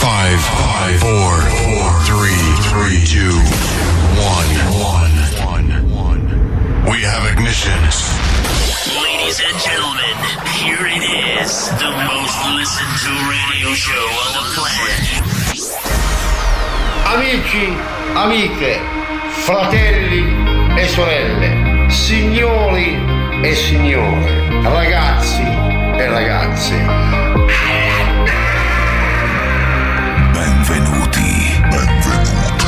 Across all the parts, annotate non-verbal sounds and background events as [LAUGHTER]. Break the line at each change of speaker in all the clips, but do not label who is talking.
Five, five, four, four, three, three, two, one, one, one, one. We have ignition.
Ladies and gentlemen, here it is, the most listened to radio show on the planet.
Amici, amiche, fratelli e sorelle, signori e signore, ragazzi e ragazze.
Benvenuti. Benvenuti.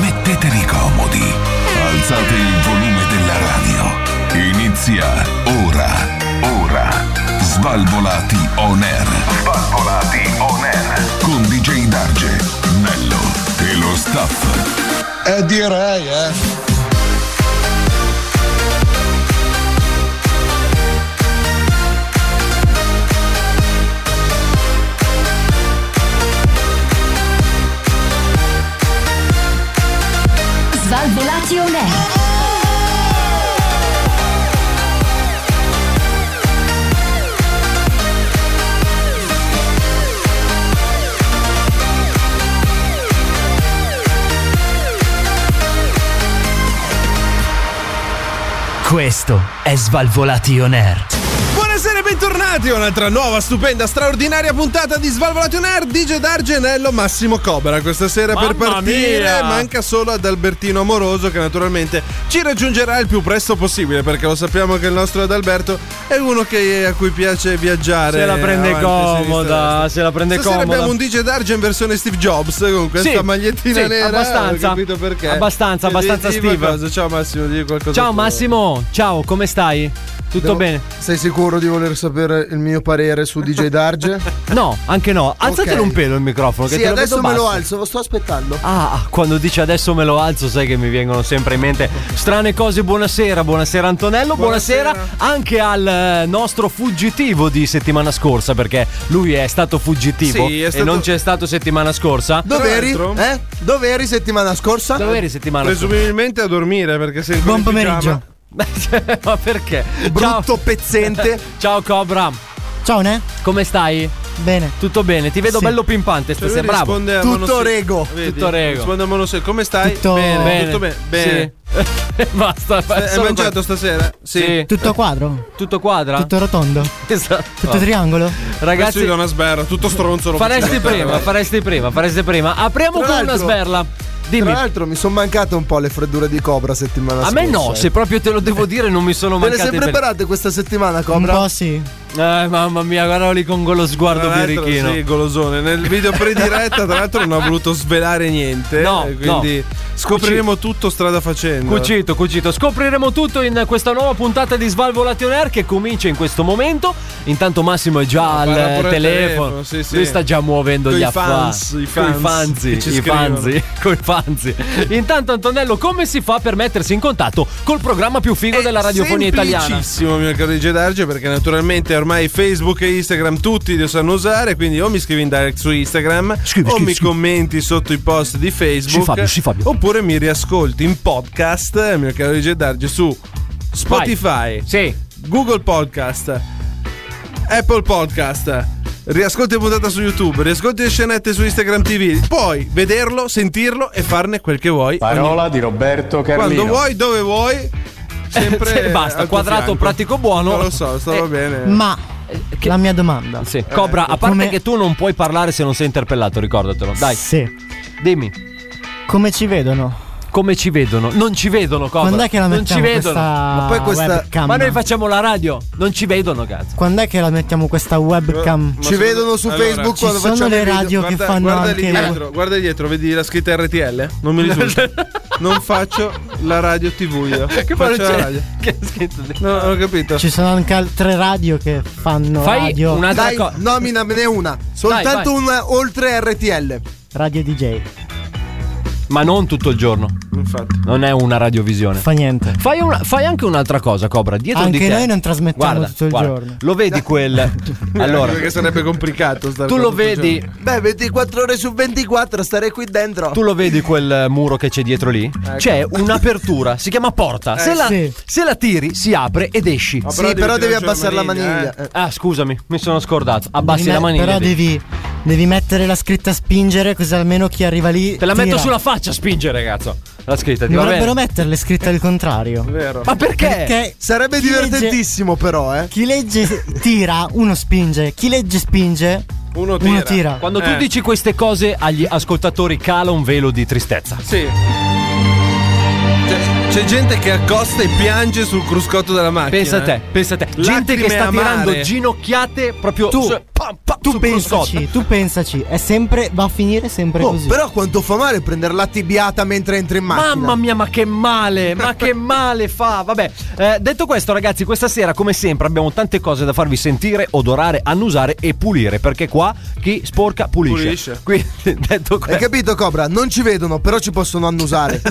Mettetevi comodi. Alzate il volume della radio. Inizia ora. Ora. Svalvolati on air. Svalvolati on air. Con DJ Darge, Nello e lo staff.
Eh direi, eh.
Svalvolati on air.
Questo è Svalvolati On Air.
Buonasera e bentornati a un'altra nuova, stupenda, straordinaria puntata di Svalvolati on Air DJ D'Argenello Massimo Cobra Questa sera per
Mamma
partire
mia!
manca solo ad Albertino Amoroso Che naturalmente ci raggiungerà il più presto possibile Perché lo sappiamo che il nostro Adalberto è uno che- a cui piace viaggiare
Se la prende
avanti, sinistra, destra.
comoda, se la prende
Stasera
comoda.
abbiamo un DJ D'Arge in versione Steve Jobs Con questa
Sì,
magliettina
sì,
nera
abbastanza.
ho capito perché
Abbastanza,
Di- di-
abbastanza
di
Steve.
qualcosa. Ciao Massimo, digli qualcosa
Ciao
tu.
Massimo, ciao, come stai? Tutto
Devo-
bene?
Sei sicuro di voler sapere il mio parere su DJ Darge?
[LAUGHS] No, anche no. Alzatelo
Ok.
un pelo il microfono. Che
sì,
te lo
adesso
vedo
me lo
basso.
alzo, lo sto aspettando.
Ah, quando dici adesso me lo alzo, sai che mi vengono sempre in mente strane cose. Buonasera, buonasera Antonello, buonasera, anche al eh, nostro fuggitivo di settimana scorsa, perché lui è stato fuggitivo
Sì, è stato-
e non c'è stato settimana scorsa.
Dove
Tra
eri?
l'altro-
Eh? Dove eri settimana scorsa?
Dove eri settimana
Presumibilmente a dormire perché sei
Buon pomeriggio.
scorsa? [LAUGHS] Ma perché?
Brutto
Ciao.
pezzente.
[LAUGHS] Ciao Cobra,
Ciao Ne?
come stai?
Bene.
Tutto bene, ti vedo
Sì.
bello pimpante
Cioè, lui
stasera, bravo.
risponde a
Tutto
monosillabo.
rego.
Vedi,
Tutto rego.
Risponde a monosillabo. Come stai?
Tutto-
bene,
Bene.
tutto bene. bene.
Sì. [LAUGHS] Basta,
Eh, Hai
solo
mangiato
quello.
stasera?
Sì.
Tutto quadro?
Tutto quadra?
Tutto rotondo?
Esatto.
Tutto triangolo?
Adesso gli
Ragazzi,
do una sberra, tutto stronzo. lo
faresti
faccio.
prima, faresti prima, faresti prima. Apriamo
Tra
con una
l'altro-
sberla.
Tra
Dimmi.
l'altro mi sono mancate un po' le freddure di Cobra settimana
A
scorsa.
me no,
eh.
se proprio te lo devo dire non mi sono
Ve le sei
mancate bene.
preparate questa settimana,
Un
Cobra?
po' sì.
Eh, mamma mia, guardalo lì con quello sguardo
Tra l'altro,
birichino.
sì, golosone. Nel video pre-diretta, tra l'altro, non ha voluto svelare niente.
No,
eh, Quindi scopriremo tutto strada facendo.
Cucito, cucito. Scopriremo tutto in questa nuova puntata di Svalvolation Air che comincia in questo momento. Intanto Massimo è già al telefono.
parla pure al telefono, sì, sì.
Lui sta già muovendo
Coi
gli
fans,
affari.
i fans
fanzi,
che ci
i
scrivono.
fanzi, [LAUGHS] coi fanzi. Intanto Antonello, come si fa per mettersi in contatto col programma più figo della radiofonia italiana?
Semplicissimo, mio caro DJ Darge, perché naturalmente ormai Facebook e Instagram tutti lo sanno usare, quindi o mi scrivi in direct su Instagram
Scrivi,
o
scrivi,
mi
scrivi.
commenti sotto i post di Facebook
Sì, Fabio, sì, Fabio.
oppure mi riascolti in podcast, mio caro DJ Darge, su Spotify,
Sì.
Google Podcast, Apple Podcast. Riascolti la puntata su YouTube, riascolti le scenette su Instagram TV, puoi vederlo, sentirlo e farne quel che vuoi.
Parola di Roberto Carlino.
Quando vuoi, dove vuoi.
[LAUGHS]
Sempre
Sì, Cioè, basta,
al tuo
quadrato
fianco.
pratico buono.
Non lo so, stava
Eh,
bene.
Ma
che-
la mia domanda.
Sì. Cobra, a parte
come-
che tu non puoi parlare se non sei interpellato, ricordatelo. Dai,
Sì.
dimmi.
Come ci vedono?
Come ci vedono? Non ci vedono, Cobra.
Quando è che la
non
mettiamo
ci vedono.
questa
Ma poi questa-
webcam?
Ma noi facciamo la radio, non ci vedono, cazzo.
Quando è che la mettiamo questa webcam?
Ma
Ci
sono-
vedono su
allora,
Facebook
ci
quando
sono
facciamo
le
i video.
radio- che fanno
guarda
anche-
lì dietro, guarda lì dietro, vedi la scritta RTL? Non mi
[LAUGHS]
risulta. non faccio la radio TV io.
poi
faccio
non
la
c'è-
radio.
Cioè, [LAUGHS] Che scritto di-
No, non ho capito.
Ci sono anche altre radio che fanno
Fai
radio.
una
Dai,
cosa.
nominamene una. Soltanto
vai.
una oltre RTL.
Radio DJ.
Ma non tutto il giorno.
Infatti.
Non è una radiovisione.
Fa niente.
Fai, una- fai anche un'altra cosa, Cobra. Dietro
Anche
di te.
noi non trasmettiamo
Guarda,
tutto il
guarda,
giorno.
Lo vedi quel. allora,
Perché sarebbe complicato stare
tu
qua
lo
tutto il
vedi.
giorno.
Beh, 24 ore su 24 stare qui dentro.
Tu lo vedi quel eh, muro che c'è dietro lì? C'è un'apertura, si chiama porta. se, la,
sì.
se la tiri, si apre ed esci.
Ma
sì, però
tirarci
devi abbassare la maniglia.
eh.
eh.
Ah, scusami, mi sono scordato. Abbassi
Rimane-
la maniglia.
Però
vedi.
devi Devi mettere la scritta spingere così almeno chi arriva lì.
Te la
tira.
metto sulla faccia a spingere, cazzo. La scritta, ti va
Dovrebbero
bene?
metterle scritte al contrario.
Vero. Ma perché?
Sarebbe
chi legge-
divertentissimo, però, eh.
Chi legge tira, uno spinge. Chi legge spinge,
Uno
tira. Uno tira.
Quando tu
Eh.
dici queste cose agli ascoltatori cala un velo di tristezza.
Sì. Cioè, c'è gente che accosta e piange sul cruscotto della macchina.
Pensa a te,
eh.
pensa a te. Gente
Lacrime
che sta
amare.
tirando ginocchiate proprio
Tu-
su- pam, pam,
tu
sul
pensaci,
cruscotto.
tu pensaci. È sempre, va a finire sempre
Oh,
così.
però quanto fa male prendere la tibiata mentre entri in macchina.
Mamma mia, ma che male, ma che male fa. Vabbè, eh, detto questo, ragazzi, questa sera, come sempre, abbiamo tante cose da farvi sentire, odorare, annusare e pulire. Perché qua chi sporca pulisce.
Pulisce.
Quindi, [LAUGHS] detto
Hai
questo.
capito, Cobra? Non ci vedono, però ci possono
[LAUGHS]
annusare.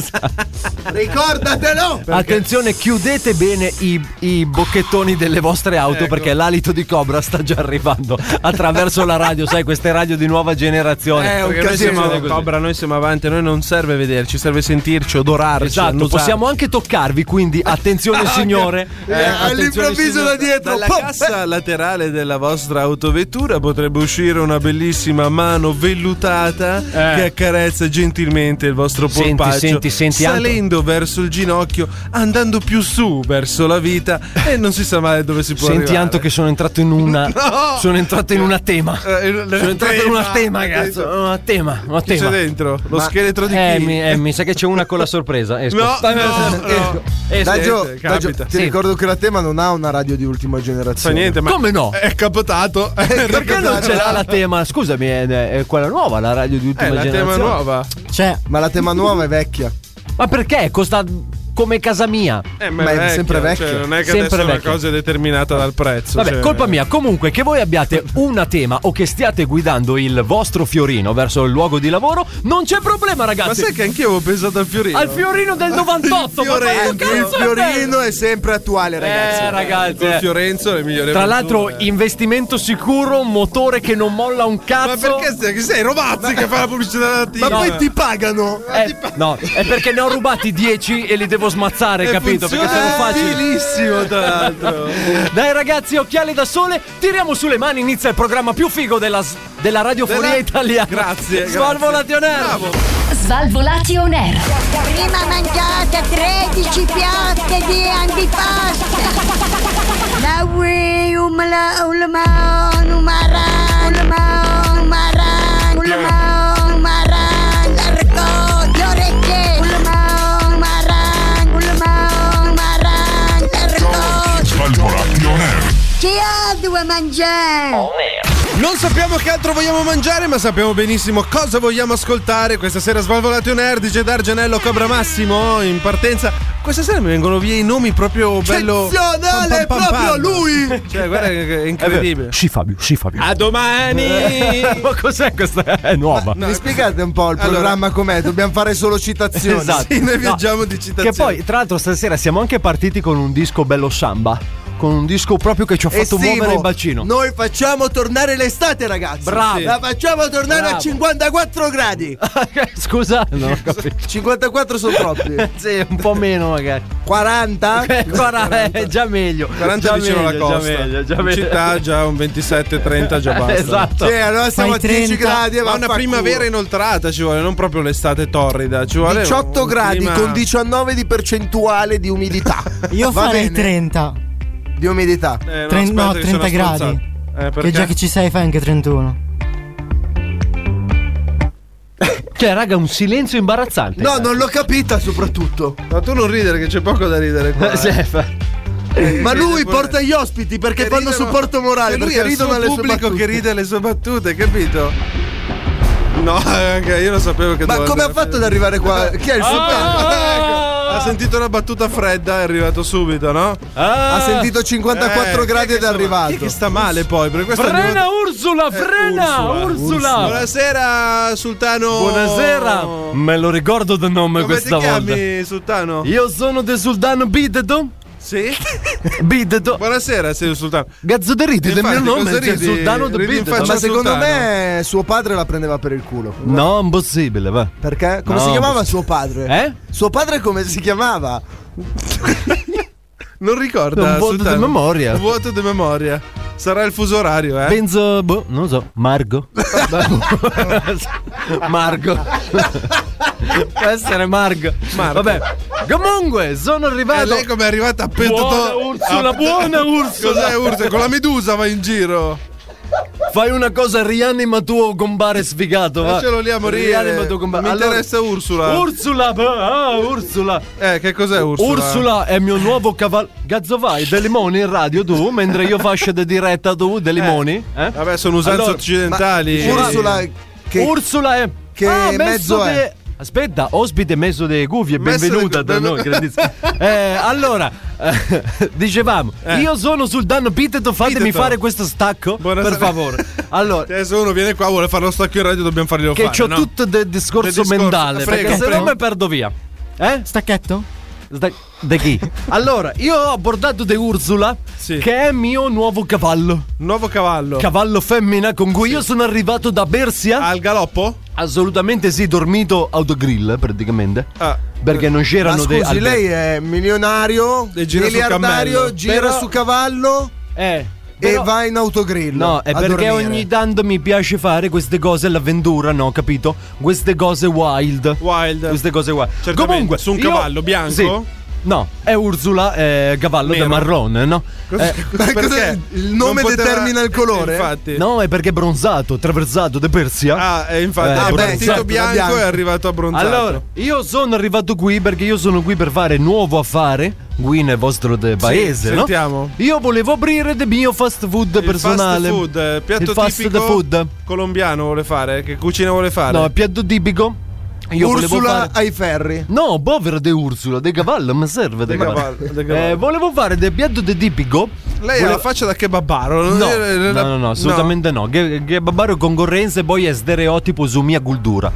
Ricordatelo!
Attenzione, chiudete bene i, i bocchettoni delle vostre auto
Ecco.
perché l'alito di cobra sta già arrivando attraverso la radio, sai, queste radio di nuova generazione.
Eh, un
Perché noi
casino.
siamo,
Così.
Cobra, noi siamo avanti, a noi non serve vederci, serve sentirci, odorarci.
Esatto,
annusarci.
possiamo anche toccarvi,
[LAUGHS]
quindi
Ah,
attenzione signore.
Eh, all'improvviso da dietro.
Dalla
pop,
cassa laterale della vostra autovettura potrebbe uscire una bellissima mano vellutata che accarezza gentilmente il vostro
Senti,
polpaccio.
senti, senti, Anto.
salendo verso il ginocchio, andando più su verso la vita e non si sa mai dove si può
Senti
arrivare.
Anto che sono entrato in una
[LAUGHS] No!
sono entrato in una tema.
Eh, il-
Sono entrato in una tema,
tema,
cazzo. Una tema, una
Chi c'è
tema.
dentro? Lo
Ma-
scheletro di
eh,
chi?
mi, eh, mi sa che c'è una con la
[LAUGHS]
sorpresa. [LAUGHS] Esco.
No, eh, no,
Esco.
no.
Esco.
Dai, Gio,
Niente,
dai, Gio,
eh, capita.
ti
Sì.
ricordo che la tema non ha una radio di ultima
Fa
generazione.
niente, ma Eh,
Come no?
È capotato.
Perché non ce l'ha la tema? Scusami, è, è quella nuova, la radio di ultima
Eh, la tema
generazione.
nuova.
Cioè,
Ma la tema nuova è vecchia.
Ma perché? Costa come casa mia.
Eh,
Ma è sempre vecchio.
cioè, non è che
Sempre
adesso è una
vecchio.
cosa è determinata dal prezzo.
Vabbè,
cioè-
colpa mia. Comunque, che voi abbiate una tema o che stiate guidando il vostro fiorino verso il luogo di lavoro, non c'è problema,
Ma
ragazzi.
sai che anch'io avevo pensato al fiorino?
Al fiorino
[LAUGHS]
del 98, ma quanto
Fiorenzo, il
cazzo è bello?
fiorino è sempre attuale, ragazzi.
Eh, ragazzi.
Con
eh.
Fiorenzo è il migliore.
Tra
avventura,
l'altro,
eh.
investimento sicuro, un motore che non molla un
Ma
cazzo.
perché sei, che sei Robazzi che fa la pubblicità della
Ma
TV?
poi ti pagano.
Eh, no, è perché ne ho rubati 10 e li devo smazzare, capito? Perché sono facili. [LAUGHS]
Bellissimo, tra l'altro.
Dai ragazzi, occhiali da sole, tiriamo sulle mani, inizia il programma più figo della, s- della radiofonia
Della-
italiana. [LAUGHS]
Grazie,
Svalvolati on air.
Svalvolati on air.
Prima mangiate 13 piatte di antipasto. La ui umla ulma um, numara ulma um, numara ulma um, numara largo le orecchie Um, ulma numara ulma numara largo
Svalvolati on air.
chi ha due mangiare?
Non sappiamo che altro vogliamo mangiare, ma sappiamo benissimo cosa vogliamo ascoltare. Questa sera Svalvolati on air, DJ Dargenello, Cobra Massimo in partenza. Questa sera mi vengono via i nomi proprio bello.
Eccezionale, proprio lui!
[LAUGHS] Cioè, guarda che è
Eh,
incredibile.
Sì Fabio, sì Fabio.
A domani!
[LAUGHS] Ma cos'è questa? È nuova.
Mi spiegate un po' il
Allora-
programma com'è? Dobbiamo fare solo
[LAUGHS]
citazioni.
Esatto.
Sì, noi
No.
viaggiamo di
Che
citazioni.
poi, tra l'altro, stasera siamo anche partiti con un disco bello samba. Con un disco proprio che ci ha fatto
Estivo.
muovere il bacino.
Noi facciamo tornare l'estate, ragazzi.
Bravo.
La facciamo tornare
Bravo.
a 54
[LAUGHS]
gradi.
[LAUGHS] Scusa, non ho capito.
54 sono troppi.
[LAUGHS] Sì, un po' meno magari.
40?
Eh, guarda, è già meglio.
40
già
vicino alla
meglio,
costa.
Già meglio, già
In
meglio. Eh,
città già un 27-30 [LAUGHS] già basta.
Esatto.
Sì, allora siamo a 10
30.
gradi e
Ma una
vaffanculo.
primavera inoltrata ci vuole, non proprio l'estate torrida, ci vuole
18
un
gradi
clima-
con 19 di percentuale di
[LAUGHS]
umidità.
io
Va
farei
bene? Eh,
30.
Di umidità.
Eh,
Tren-
aspetta
no,
che sono
30 gradi.
spruzzato. Eh, perché?
Che già che ci sei fai anche 31.
Cioè, raga, un silenzio imbarazzante.
No, non l'ho capita soprattutto.
Ma tu non ridere che c'è poco da ridere qua. [LAUGHS]
Eh, [LAUGHS] sì,
eh.
fa-
Ma lui
pure.
porta gli ospiti perché
Che
fanno
ridono-
supporto morale.
Cioè, lui
Perché
è il suo
ridono alle sue
pubblico che
battute.
ride le sue battute, capito? No, anche io lo sapevo che
Ma
doveva
come ha
andare
fatto
a Eh,
ad arrivare qua? Chi è il Ah! suo
Ah!
Ecco,
Ha sentito una battuta fredda, è arrivato subito, no?
Ah,
Ha sentito 54
Eh,
gradi
chi è
ed è
che sta- chi è
arrivato.
che sta male poi? Perché questa è
Frena
arrivata-
Ursula, frena
Ursula,
Eh, Ursula.
Buonasera, Sultano.
Buonasera. Me lo ricordo del nome
Come ti
questa volta.
chiami, Sultano?
Io sono De Sultano Bidedo.
Sì. [LAUGHS]
Bidedo.
Buonasera, sei il Sultano.
Gazzo da ride del mio
Infatti,
nome cioè,
cosa
c'è il
ridi?
Sultano de
Ridi in
Bidedo.
faccia
Ma
al
secondo
sultano.
me suo padre la prendeva per il culo.
No, impossibile, va.
Perché? Come
No,
si chiamava
ma-
suo padre?
Eh?
Suo padre come si chiamava?
Non ricorda.
Un vuoto
Sultano.
di memoria.
Un vuoto di memoria. Sarà il fuso orario, eh?
Benzo, boh, non lo so, Margo. [LAUGHS] Margo. Può essere Margo. Vabbè, comunque sono arrivato.
E Eh, lei com'è arrivata a Pentotò?
Buona Ursula,
a- [LAUGHS]
buona Ursula.
Ah, Cos'è Ursula? Con la medusa va in giro.
Fai una cosa, rianima tuo gombare sfigato. va.
Lascialo lì a morire.
Rianima tuo gombare.
Mi
Allora-
interessa Ursula.
Ursula, beh, ah, Ursula.
Eh, che cos'è Ursula?
Ursula è il mio nuovo cavallo. Gazzo vai, De Limoni in radio tu, mentre io faccio da diretta tu, De Limoni. Eh?
Vabbè, sono usanze
Allora,
occidentali.
ma-
Ursula, che-
Ursula è.
che
ah, mezzo
mezzo è?
de- Aspetta, ospite mezzo dei gufie,
Mezzo de-
benvenuta da
ben-
noi. grandissima. Eh, allora, eh, [LAUGHS] dicevamo, io sono sul danno Piteto, fatemi
Piteto.
fare questo stacco,
Buonasera.
per favore. Allora,
Adesso Eh, uno viene qua, vuole fare lo stacco in radio, dobbiamo farglielo
che
fare.
c'ho
no?
tutto del discorso,
Del discorso,
mentale,
frega,
perché se
frega.
no mi perdo via. Eh?
Stacchetto?
Da, da chi? allora, io ho abbordato De Ursula,
Sì.
che è mio nuovo cavallo.
Nuovo cavallo.
Cavallo femmina con cui io sono arrivato da Bersia.
Al galoppo?
Assolutamente sì, dormito autogrill eh, praticamente.
Ah.
Perché non
Ma
c'erano dei.
scusi,
alberghi.
lei è milionario,
E gira sul cammello.
miliardario, gira
Però-
su cavallo
Eh.
e
però-
va in autogrill.
No, è
a
perché
dormire.
ogni tanto mi piace fare queste cose all'avventura, no, capito? Queste cose wild.
Wild.
Queste cose wild.
Certamente,
Comunque,
su un
io-
cavallo bianco?
Sì. No, è Ursula, eh, cavallo
Nero.
da marrone, no? Eh,
Ma cosa-
Perché?
il nome
Non poteva-
determina il colore?
Infatti.
no, è perché è bronzato, attraversato da Persia.
Ah, e infatti,
Eh,
è
beh,
partito
esatto,
bianco,
bianco.
e è arrivato abbronzato.
Allora, io sono arrivato qui perché io sono qui per fare nuovo affare. Qui nel vostro de- paese, no?
sentiamo.
Io volevo aprire il mio fast food
Il
personale.
fast food, eh, piatto
il fast
tipico
food.
colombiano vuole fare? Che cucina vuole fare?
No, il piatto tipico. Io volevo
Ursula
fare...
ai ferri.
No, povero de Ursula, de cavallo, mi serve de
De
cavallo.
cavallo, de cavallo.
Eh, volevo fare del piatto de tipico.
Lei ha la faccia da kebabaro. non
No,
è-
no,
la-
no, no, assolutamente no. Che, che babbaro concorrenza e poi è stereotipo su mia
[LAUGHS]
cultura.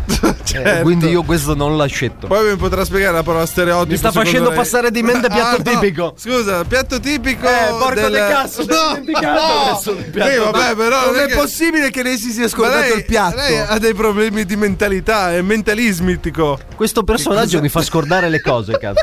Certo.
Eh, quindi io questo non l'accetto.
Poi mi potrà spiegare la parola stereotipo.
Mi sta
secondo
facendo
lei?
passare di mente piatto
Ah, no.
tipico.
Scusa, piatto tipico.
Eh, porco
del...
di cazzo, mi sono dimenticato che sono il piatto
Sì, vabbè, però
non è
che-
possibile che lei si sia
Ma
scordato
lei-
il piatto.
Lei ha dei problemi di mentalità, è mentalismitico.
Questo personaggio mi fa scordare le cose,
[LAUGHS]
cazzo.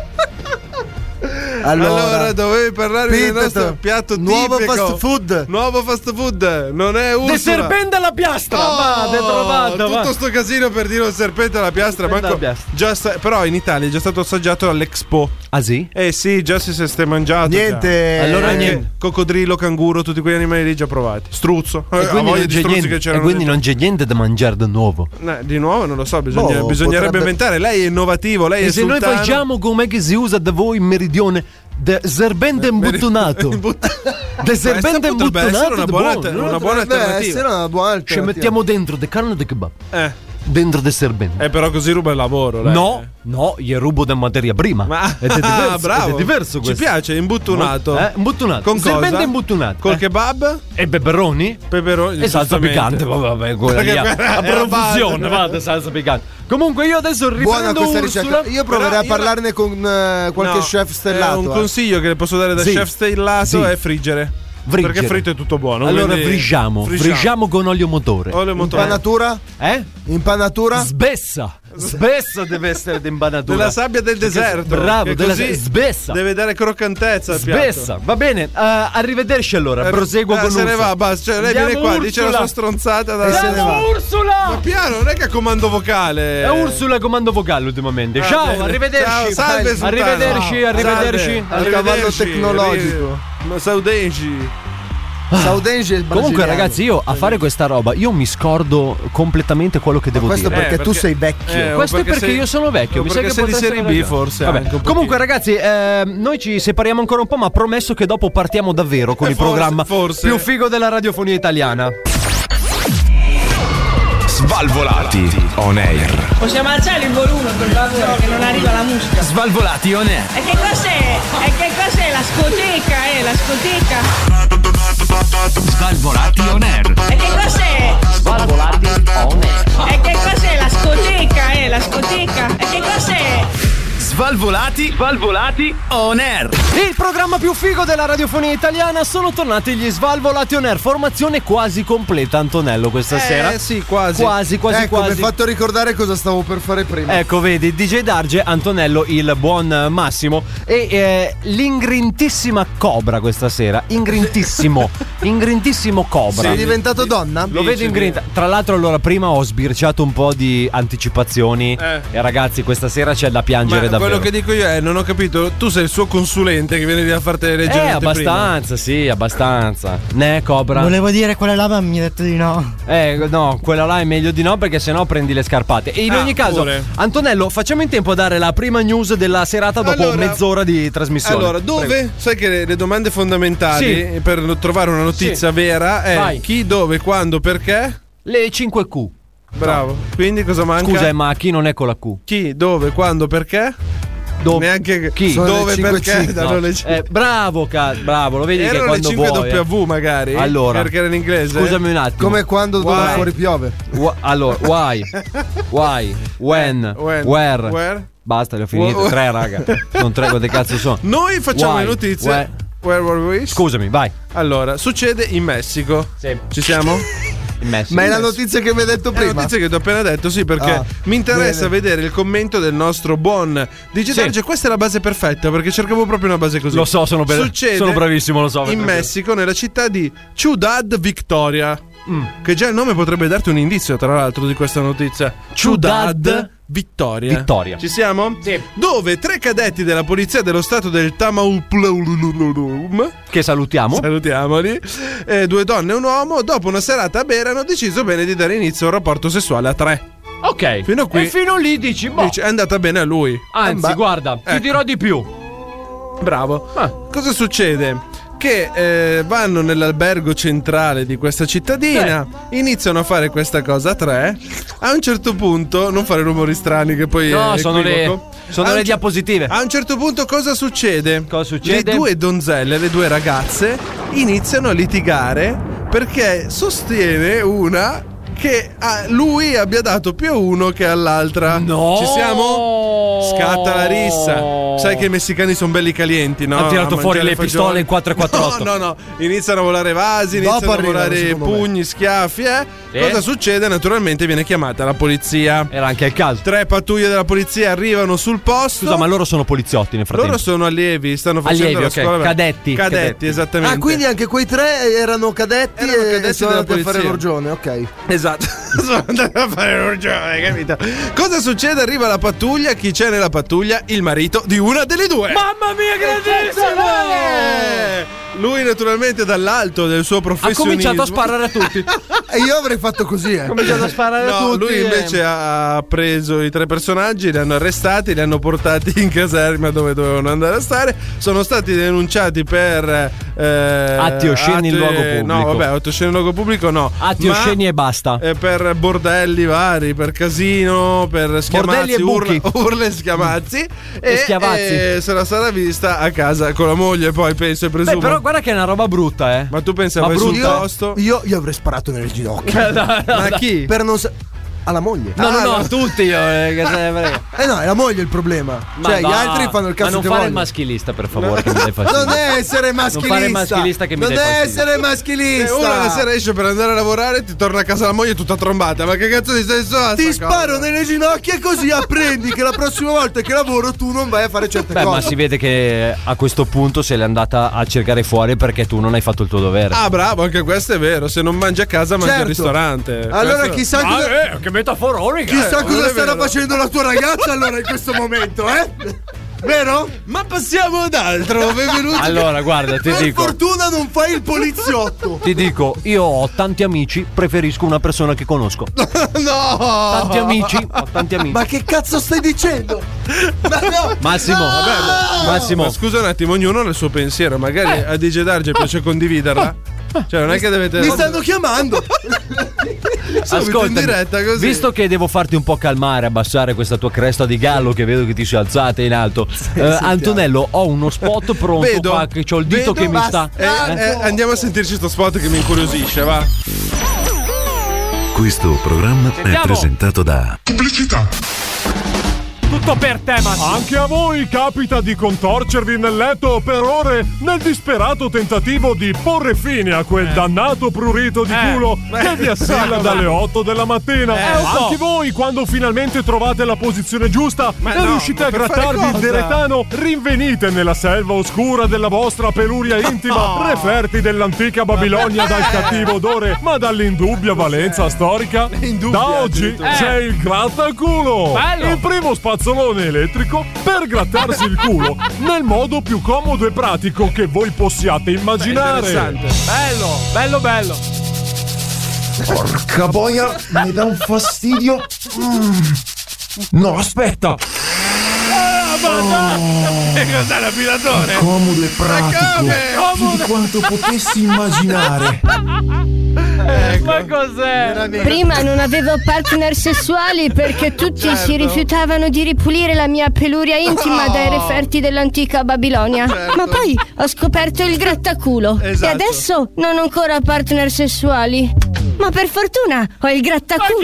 Allora,
Allora,
dovevi parlare del
Piteto,
nostro piatto
nuovo
tipico.
fast food.
Nuovo fast food, non è Ursula.
De serpente alla piastra!
Oh,
va, te trovato, va.
tutto sto casino per dire un serpente alla piastra,
Serpente
manco-
alla piastra.
già sta- però in Italia è già stato assaggiato all'Expo.
Ah sì?
Eh sì, già si si è mangiato.
Niente.
già.
Allora
Anche
niente.
Coccodrillo, canguro, tutti quegli animali lì già provati. Struzzo. Eh,
E
ha
quindi,
voglia
non
di
c'è,
struzzi
niente,
che
e
c'erano
quindi
lì.
non c'è niente da mangiare di nuovo.
No, di nuovo non lo so, bisogna-
Boh,
bisognerebbe
potrebbe-
inventare. Lei è innovativo, lei
E
è
se noi
sultano.
facciamo com'è che si usa da voi in meridione? De serpente
Eh, [LAUGHS]
imbuttonato. [LAUGHS] De serpente boh,
Questa potrebbe
imbuttonato.
essere una
de
buona,
buono.
una buona
Potrebbe
alternativa.
essere una buona
Ci
alternativa.
mettiamo dentro de carne de kebab.
Eh,
Dentro de serpente.
eh, però così ruba il lavoro. Lei.
No, no, gli rubo da materia prima.
Ma
Ed è diverso,
[LAUGHS] ah, bravo.
ed è diverso questo.
Ci piace, imbuttonato.
Eh, imbuttonato.
Con cosa?
Serpente imbuttonato,
Col
eh. Esatto,
kebab,
E peperoni?
peperoni
E salsa
Eh, giustamente.
piccante, vabbè, vabbè, quella lì. ah. A
Perché-
a profusione,
eh,
vada salsa piccante. Comunque io adesso
Buona
riprendo
questa
Ursula.
ricetta. Io proverei
Però
a
io-
parlarne con eh, qualche
No,
chef
eh,
stellato.
Un
eh.
consiglio che le posso dare da
Sì.
chef stellato
Sì.
è friggere.
Friggere.
Perché fritto è tutto buono.
Allora
quindi-
friggiamo, friggiamo, con olio motore.
Olio motore.
Impanatura?
Eh?
Impanatura?
Sbessa. Sbessa deve essere d'imbanatura.
Della sabbia del deserto.
Cioè, Bravo,
che
della-
così
sbessa.
Deve dare croccantezza al piatto.
Sbessa. Va bene, eh, arrivederci allora.
Eh,
Proseguo
eh,
con
se ne
Ursula.
va, basta. Cioè, lei
Andiamo,
viene qua, dice la
Ursula.
sua stronzata da
Andiamo,
se ne va.
Ursula!
Piano, non è che ha comando vocale.
È Ursula comando vocale ultimamente.
Ah,
Ciao,
bene.
arrivederci.
Ciao, salve, Sultano.
Arrivederci,
Ciao.
arrivederci.
Salve,
Al cavallo
arrivederci,
tecnologico.
arri- Saudengi.
Saudengi e il
Comunque,
brasiliano.
ragazzi, io a fare questa roba, io mi scordo completamente quello che devo
Questo
dire.
perché,
perché-
tu sei vecchio.
Eh,
Questo
perché
è perché
sei-
io sono vecchio, mi sa
perché
che
sei di
potresti
Serie
avere
B
ragione.
forse.
Vabbè.
anche un pochino.
Comunque ragazzi, ehm, noi ci separiamo ancora un po', ma promesso che dopo partiamo davvero con
Eh,
il
forse,
programma
forse.
più figo della radiofonia italiana.
Svalvolati on air.
Possiamo alzare il volume per favore che non arriva la musica.
Svalvolati on air.
E che cos'è? E che cos'è la scoteca, eh? La scoteca?
Svalvolati on air.
E che cos'è?
Svalvolati on air.
E che cos'è la scoteca, eh? La scoteca? E che cos'è?
Svalvolati
Svalvolati. Svalvolati on air. Il programma più figo della radiofonia italiana sono tornati gli Svalvolati on air. Formazione quasi completa, Antonello, questa
Eh,
sera.
sì, quasi.
Quasi, quasi,
ecco,
quasi.
mi hai fatto ricordare cosa stavo per fare prima.
Ecco, vedi, DJ Darge, Antonello, il buon eh, Massimo e eh, l'ingrintissima Cobra questa sera.
[LAUGHS]
Ingrintissimo, ingrintissimo Cobra.
Sei diventato donna?
Lo vedo in grinta. Tra l'altro, allora, prima ho sbirciato un po' di anticipazioni.
Eh.
E ragazzi, questa sera c'è da piangere
Ma
davvero.
quello che dico io è: non ho capito, tu sei il suo consulente che viene lì a farti leggere.
eh, abbastanza, sì, abbastanza. Ne, Cobra?
Volevo dire quella là, ma mi ha detto di no.
Eh, no, quella là è meglio di no perché sennò prendi le scarpate. E in
Ah,
ogni caso,
pure.
Antonello, facciamo in tempo a dare la prima news della serata dopo
Allora-
mezz'ora di trasmissione.
Allora, dove?
Prego.
Sai che le, le domande fondamentali
Sì.
per no- trovare una notizia
Sì.
vera è
Vai.
chi, dove, quando, perché?
Le 5Q.
Bravo. Quindi cosa manca?
Scusa, eh, ma chi non è con la Q?
Chi, dove, quando, perché?
Dove?
Neanche
Chi?
Sono dove, le perché?
No.
Danno le cinque-
Eh, bravo, ca- bravo, lo vedi che
Erano le
quando
5
vuoi. eh.
W magari?
Allora.
Perché era in inglese? eh?
Scusami un attimo.
Come quando
Why?
domani fuori piove.
Wh- allora, why? Why? When?
Eh, when?
Where?
Where?
Basta, le ho finite.
Wh-
Tre, raga. Non tre, quante cazzo sono?
Noi facciamo
Why?
le notizie.
Where?
Where were we?
Scusami, vai.
Allora, succede in Messico. Sì. Ci siamo?
[LAUGHS] In Messico.
Ma è la notizia che mi hai detto
È Eh, la
prima.
notizia che ti ho appena detto, sì, perché
Ah,
mi interessa
bene.
vedere il commento del nostro buon DJ Darge. Questa è la base perfetta, perché cercavo proprio una base così.
Lo so, sono be-
Succede
sono bravissimo, lo so,
In
tranquillo.
Messico, nella città di Ciudad Victoria.
Mm.
Che già il nome potrebbe darti un indizio, tra l'altro, di questa notizia.
Ciudad
Victoria.
Victoria.
Ci siamo? Sì. Dove tre cadetti della polizia dello stato del Tamaulipas
Che salutiamo.
Salutiamoli. Eh, due donne e un uomo, dopo una serata a bere, hanno deciso bene di dare inizio a un rapporto sessuale a tre.
Ok.
Fino a qui.
E fino lì dici, boh.
Dice, è andata bene a lui.
Anzi,
Ma-
guarda, ti
Ecco.
dirò di più.
Bravo. Cosa succede? Che eh, vanno nell'albergo centrale di questa cittadina,
Eh.
iniziano a fare questa cosa a tre. A un certo punto, non fare rumori strani, che poi
No,
è
sono le,
equivoco.
sono
A un
le
cer-
diapositive.
A un certo punto cosa succede? Cosa
succede?
Le due donzelle, le due ragazze, iniziano a litigare perché sostiene una che a lui abbia dato più a uno che all'altra.
No!
Ci siamo? Scatta la rissa. Sai che i messicani sono belli calienti, no?
Ha tirato
A
fuori
mangiare
le
fagioli.
pistole in 448.
[LAUGHS] No, no, no. Iniziano a volare vasi,
Dopo
iniziano a
arrivano,
volare
secondo me.
pugni, schiaffi, eh?
Sì. Eh.
Cosa succede? Naturalmente viene chiamata la polizia.
Era anche il caso.
Tre pattuglie della polizia arrivano sul posto.
Scusa, ma loro sono poliziotti nel frattempo.
Loro sono allievi, stanno facendo
Allievi,
la
ok.
scuola.
Cadetti,
Cadetti,
cadetti.
esattamente.
Ah, quindi anche quei tre erano cadetti
Erano
e
cadetti
sono
della
andati a fare
polizia.
l'orgione, ok.
Esatto, [LAUGHS] sono andato a fare un giovane, capito? Cosa succede? Arriva la pattuglia, chi c'è nella pattuglia? Il marito di una delle due.
Mamma mia, grandissimo!
Eh, Lui naturalmente dall'alto del suo
Ha
professionismo
cominciato a sparare a
[LAUGHS]
tutti.
E io avrei fatto così, eh.
cominciato a sparare a
No,
tutti. eh.
lui invece ha preso i tre personaggi, li hanno arrestati, li hanno portati in caserma dove dovevano andare a stare. Sono stati denunciati per eh,
Atti osceni in luogo pubblico.
No, vabbè, atti osceni in luogo pubblico no.
Atti
Ma,
osceni Ah, e basta.
eh, per bordelli vari, per casino, per
Bordelli
schiamazzi,
e buchi.
urla- [LAUGHS] urla e schiamazzi.
E schiavazzi.
eh, se la sarà vista a casa con la moglie, poi penso e
Beh,
presumo.
però guarda che è una roba brutta, eh.
Ma tu pensi
Ma
vai sul
brutto?
posto?
Io gli avrei sparato nelle ginocchia.
Ma chi?
per non sa- alla moglie.
[LAUGHS] No, no,
Ah,
no, a tutti io. eh, che se
[LAUGHS]
ne frega.
Eh no, è la moglie il problema.
Ma
cioè,
va.
gli altri fanno il
Ma
cazzo
non
che
fare il
vogliono.
maschilista, per favore, che mi dai fastidio.
[LAUGHS] Non
Eh,
[LAUGHS] essere maschilista.
fare il maschilista che mi
Non
dai fastidio.
essere
Se
maschilista.
uno la sera esce per andare a lavorare, ti torna a casa la moglie tutta trombata. Ma che cazzo di senso ha?
Ti
sta
sparo
cosa?
nelle ginocchia così apprendi che la prossima volta che lavoro tu non vai a fare certe
Beh,
cose.
ma si vede che a questo punto se l'è andata a cercare fuori perché tu non hai fatto il tuo dovere.
Ah, bravo, anche questo è vero. Se non mangi a casa, mangi al
Certo.
ristorante.
Allora
Questo-
chissà
Ah,
cosa,
eh, che metaforonica!
chissà
non
cosa
è
starà
vero.
facendo la tua ragazza allora in questo momento, eh? Vero?
Ma passiamo ad altro. Benvenuti.
Allora, guarda, ti
per
dico.
fortuna non fai il poliziotto.
Ti dico, io ho tanti amici, preferisco una persona che conosco.
no.
Tanti amici, ho tanti amici.
Ma che cazzo stai
[LAUGHS]
dicendo? Ma no,
Massimo, Massimo,
Ah! Ma scusa un attimo, ognuno ha il suo pensiero. Magari a DJ Darge piace condividerla. Cioè, non è che dovete.
Eh. mi stanno chiamando.
[LAUGHS] subito in
ascoltami,
diretta così.
Visto che devo farti un po' calmare, abbassare questa tua cresta di gallo che vedo che ti sei alzata in
[LAUGHS]
alto. Eh, Antonello, ho uno spot pronto
Vedo,
qua che c'ho il dito
vedo,
che mi sta.
Eh,
Ah,
eh, andiamo a sentirci sto spot che mi incuriosisce, va.
Questo programma è
Sentiamo.
presentato da
Pubblicità.
tutto per te, Massimo.
Anche a voi capita di contorcervi nel letto per ore nel disperato tentativo di porre fine a quel dannato prurito di
Eh.
culo
Eh.
che vi assilla
Eh.
dalle 8 della mattina.
Eh, un po'.
Anche voi, quando finalmente trovate la posizione giusta
Ma
e
no,
riuscite
ma
a
per fare
grattarvi
cosa?
il deretano, rinvenite nella selva oscura della vostra peluria intima,
Oh.
referti dell'antica Babilonia dal
Eh.
cattivo odore, ma dall'indubbia valenza storica. Da oggi
addirittura.
c'è il grattaculo!
Bello.
Il primo spazzolone elettrico per grattarsi il culo nel modo più comodo e pratico che voi possiate immaginare.
Interessante. Bello, bello, bello.
Porca boia, mi dà un fastidio. Mm. No, aspetta. Oh.
Ah, madonna! E cos'è l'affilatore?
Comodo e
Ma
pratico.
come?
Più di quanto potessi immaginare.
Ma cos'è?
Prima non avevo partner sessuali
Eh,
perché tutti
certo.
si rifiutavano di ripulire la mia peluria intima
Oh.
dai referti dell'antica Babilonia.
Certo.
Ma poi ho scoperto il grattaculo
Esatto.
e adesso non ho ancora partner sessuali. Ma per fortuna ho il grattaculo.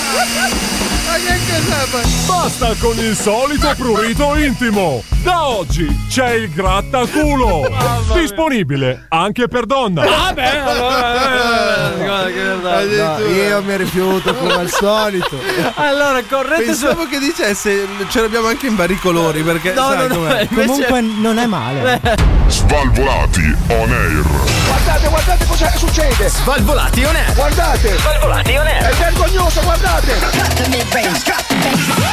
Ma che cos'è?
Basta con il solito prurito intimo! Da oggi c'è il grattaculo! Disponibile anche per donna!
Vabbè, allora. eh, guarda che
No,
vergogna.
io mi rifiuto come al
[LAUGHS]
solito.
Allora, correte
Pensavo che dicesse ce l'abbiamo anche in vari colori perché
No,
sai
no, no,
com'è.
invece- Comunque non è male.
Svalvolati on air.
Guardate, guardate cosa succede! Svalvolati on air! Guardate! Svalvolati on air! È vergognoso, guardate!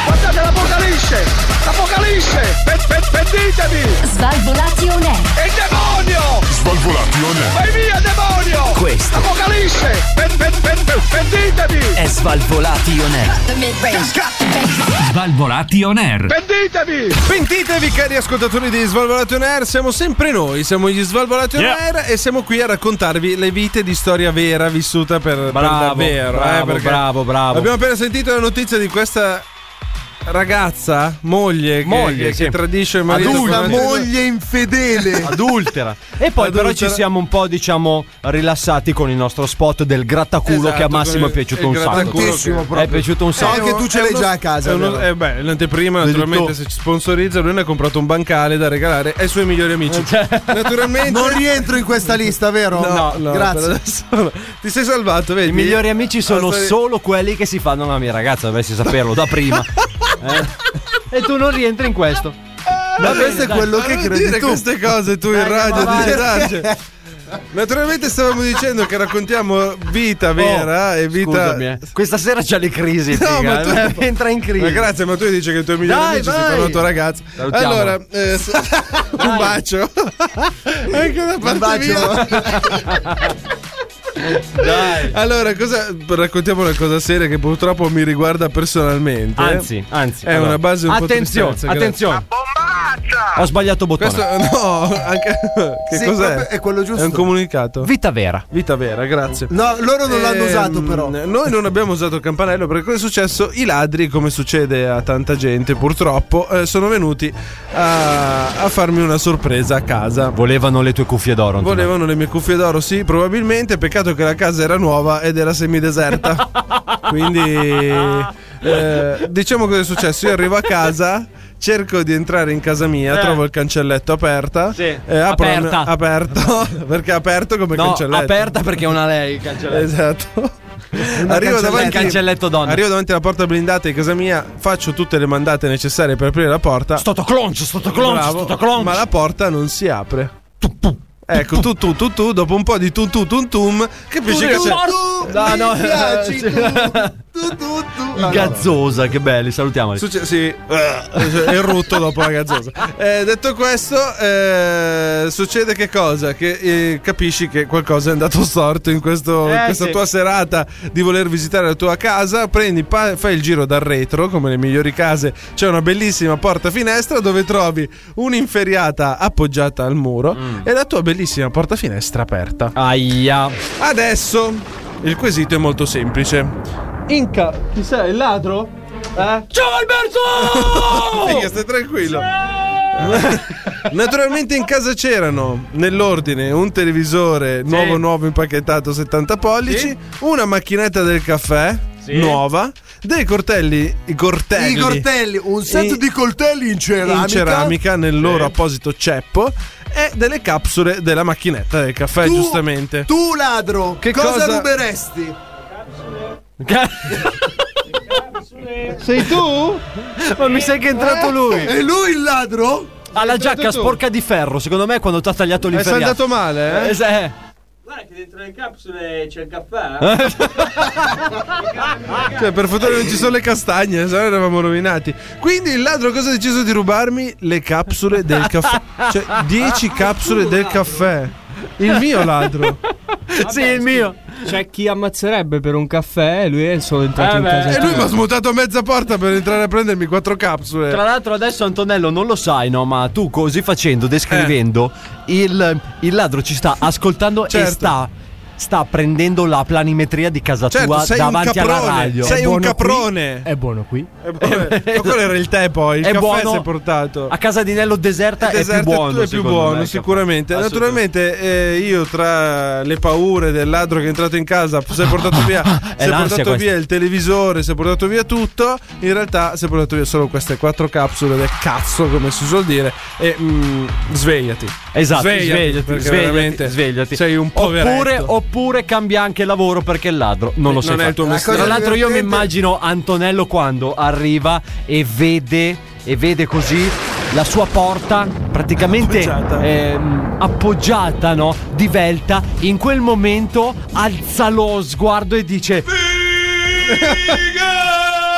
Guardate l'apocalisse! L'apocalisse! Pe- pe- Pentitevi!
Svalvolati on air.
È il demonio!
Svalvolati on air.
Vai via, demonio!
Questo.
L'apocalisse! Pe- pe- pe- pe- Pentitevi! È
Svalvolati on air.
Svalvolati on air.
Pentitevi!
Pentitevi, cari ascoltatori di Svalvolati on air. Siamo sempre noi, siamo gli Svalvolati on
Yeah.
air e siamo qui a raccontarvi le vite di storia vera vissuta per, per
Bravo,
davvero.
bravo,
eh, perché
bravo, bravo.
Abbiamo appena sentito la notizia di questa ragazza, moglie, che-
Moglie,
che,
sì.
che tradisce il marito.
Adulta,
durante-
moglie
infedele.
Adultera. E poi però ci
Adultera.
siamo un po', diciamo, rilassati con il nostro spot del grattaculo
Esatto,
che a Massimo è piaciuto
il
un sacco.
grattaculo Eh, che-
È piaciuto un sacco.
È uno- è uno- è uno- eh beh, l'anteprima,
Vedi
naturalmente,
tu.
se ci sponsorizza, lui ne ha comprato un bancale da regalare ai suoi migliori
Eh,
amici.
cioè,
[LAUGHS] Naturalmente.
Non rientro in questa lista, vero?
No, no, per
Grazie.
adesso no. Ti sei salvato, vedi?
I migliori amici sono
La storia-
solo quelli che si fanno la mia ragazza, dovresti saperlo da
[LAUGHS]
prima. Eh. E tu non rientri in questo.
Ma
Va bene,
questo è
dai.
quello
Ma
che
non
credi
dire
tu.
queste cose tu in
Dai,
radio,
ma
ti
vai.
disagi.
[LAUGHS] Naturalmente stavamo dicendo che raccontiamo vita vera e vita.
Oh, scusami, eh. Questa sera c'ha le crisi,
No,
figa,
ma tu...
eh. [LAUGHS] entra in crisi.
Ma grazie, ma tu dici che i tuoi migliori
Dai,
amici si
vai.
fanno la tua ragazza.
Salutiamola.
Allora, eh, s- [LAUGHS] un bacio. [LAUGHS] Anche da parte mia. Dai. Allora, cosa, raccontiamo una cosa seria che purtroppo mi riguarda personalmente.
Anzi, anzi.
È
allora,
una base un
Attenzione,
po' tristezza, grazie.
attenzione. Ho sbagliato bottone.
Questo no, anche che
Sì,
cos'è?
proprio- è quello giusto.
È un comunicato.
Vita vera.
Vita vera, grazie. Ehm,
No, loro non l'hanno usato, però.
Noi non abbiamo usato il campanello perché cosa è successo? I ladri, come succede a tanta gente purtroppo, eh, sono venuti a, a farmi una sorpresa a casa.
Volevano le tue cuffie d'oro. Antonello.
Volevano le mie cuffie d'oro, sì, probabilmente. Peccato che la casa era nuova ed era
[LAUGHS]
semideserta. Quindi, eh, diciamo cosa è successo. Io arrivo a casa. Cerco di entrare in casa mia,
Eh.
trovo il cancelletto aperta. Eh,
Sì,
apro la-
aperta. [LAUGHS]
aperto, perché è aperto come
No,
cancelletto.
aperta perché è una lei il cancelletto.
[LAUGHS] Esatto.
Una
Arrivo
cancelletto-
davanti,
il cancelletto donna.
arrivo davanti alla porta blindata di casa mia, faccio tutte le mandate necessarie per aprire la porta.
Stato cloncio, stato cloncio,
Bravo,
stato cloncio.
Ma la porta non si apre. Ecco, tu tu tu tu, dopo un po' di tu tu tum tum, capisci che c'è.
No, no, eh,
Mi piaci,
sì.
Ah, no.
Gazzosa, che belli, salutiamoli.
Succe- sì, eh, il rutto dopo la gazzosa. Eh, detto questo, eh, succede che cosa? Che eh, capisci che qualcosa è andato storto in, questo- in
Eh,
questa
sì.
tua serata di voler visitare la tua casa. Prendi, pa- fai il giro dal retro, come le migliori case. C'è una bellissima porta-finestra dove trovi un'inferiata appoggiata al muro
Mm.
e la tua bellissima porta-finestra aperta.
Aia.
Adesso il quesito è molto semplice. Inca, chi sei? Il ladro? Eh?
Ciao Alberto!
Figa, stai tranquillo. [LAUGHS] Naturalmente in casa c'erano nell'ordine un televisore nuovo nuovo impacchettato 70 pollici, una macchinetta del caffè
Sì.
nuova dei cortelli, i cortelli.
I cortelli, un set
I-
di coltelli in ceramica.
in ceramica nel loro apposito ceppo e delle capsule della macchinetta del caffè,
Tu-
giustamente.
Tu ladro,
Che
cosa,
cosa-
ruberesti?
[LAUGHS] Sei tu? Eh?
Ma mi sa che è entrato lui.
E lui il ladro?
Ha la giacca sporca di ferro, secondo me, quando ti ha tagliato
È
l'inferiore.
saldato male, eh?
eh.
Guarda che dentro le capsule c'è il caffè. eh?
Cioè, per fortuna non ci sono le castagne, se no eravamo rovinati. Quindi il ladro cosa ha deciso di rubarmi? Le capsule del caffè. Cioè, 10 capsule del caffè. Il mio ladro.
sì, il mio. C'è chi ammazzerebbe per un caffè e lui è solo
Eh
entrato in casa.
E lui mi
tua.
ha smutato a mezza porta per entrare a prendermi quattro capsule.
Tra l'altro adesso Antonello non lo sai, no, ma tu così facendo, descrivendo, il, il ladro ci sta ascoltando e
Eh. Certo.
sta, sta prendendo la planimetria di casa
Certo,
tua
sei un
davanti alla
caprone,
radio.
sei
È
un
buono
caprone.
qui? È buono qui.
Ma quello era il tè poi, il
È
caffè
buono.
si è portato.
A casa di Nello deserta, Eh, è più buono.
è più
secondo
buono
me,
sicuramente.
capo.
Naturalmente, eh, io tra le paure del ladro che è entrato in casa, si è portato
[LAUGHS]
via, si è
l'ansia
portato
questa.
via il televisore, si è portato via tutto. In realtà, si è portato via solo queste quattro capsule del cazzo, come si suol dire. E mm, svegliati,
Esatto,
svegliati,
svegliati,
perché
svegliati,
veramente
svegliati.
sei un poveretto.
Oppure, oppure cambia anche lavoro perché il ladro non lo
Non
sa.
è il tuo mestiere.
Tra l'altro, io mi
divertente-
immagino Antonello quando arriva e vede, e vede così la sua porta praticamente
Appoggiata.
ehm, appoggiata, no? Divelta. In quel momento alza lo sguardo e dice: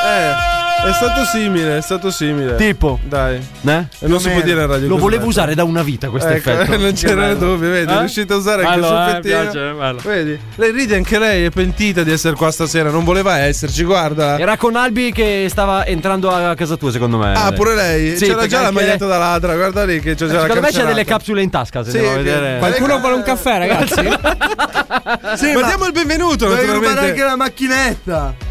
Eh, è stato simile, è stato simile.
Tipo?
dai,
eh?
E non si può dire in radio.
Lo
cos'è.
volevo usare da una vita questo
Ecco,
effetto.
[LAUGHS] Non c'era
Che bello.
dubbio, vedi,
Eh?
è riuscita a usare
Bello, eh,
anche il suo
piace, bello.
pettino. Vedi? Lei ride anche lei, è pentita di essere qua stasera, non voleva esserci, guarda.
Era con Albi che stava entrando a casa tua, secondo me.
Ah, pure lei?
Sì,
C'era
perché
già la
anche
maglietta da ladra, guarda lì che c'è già la
Secondo me c'è
carcerata.
delle capsule in tasca, se
Sì,
devo
che-
vedere.
Qualcuno
vuole un caffè,
Cioè,
ragazzi?
Sì,
ma diamo il benvenuto,
Devi
naturalmente.
rubare anche la macchinetta.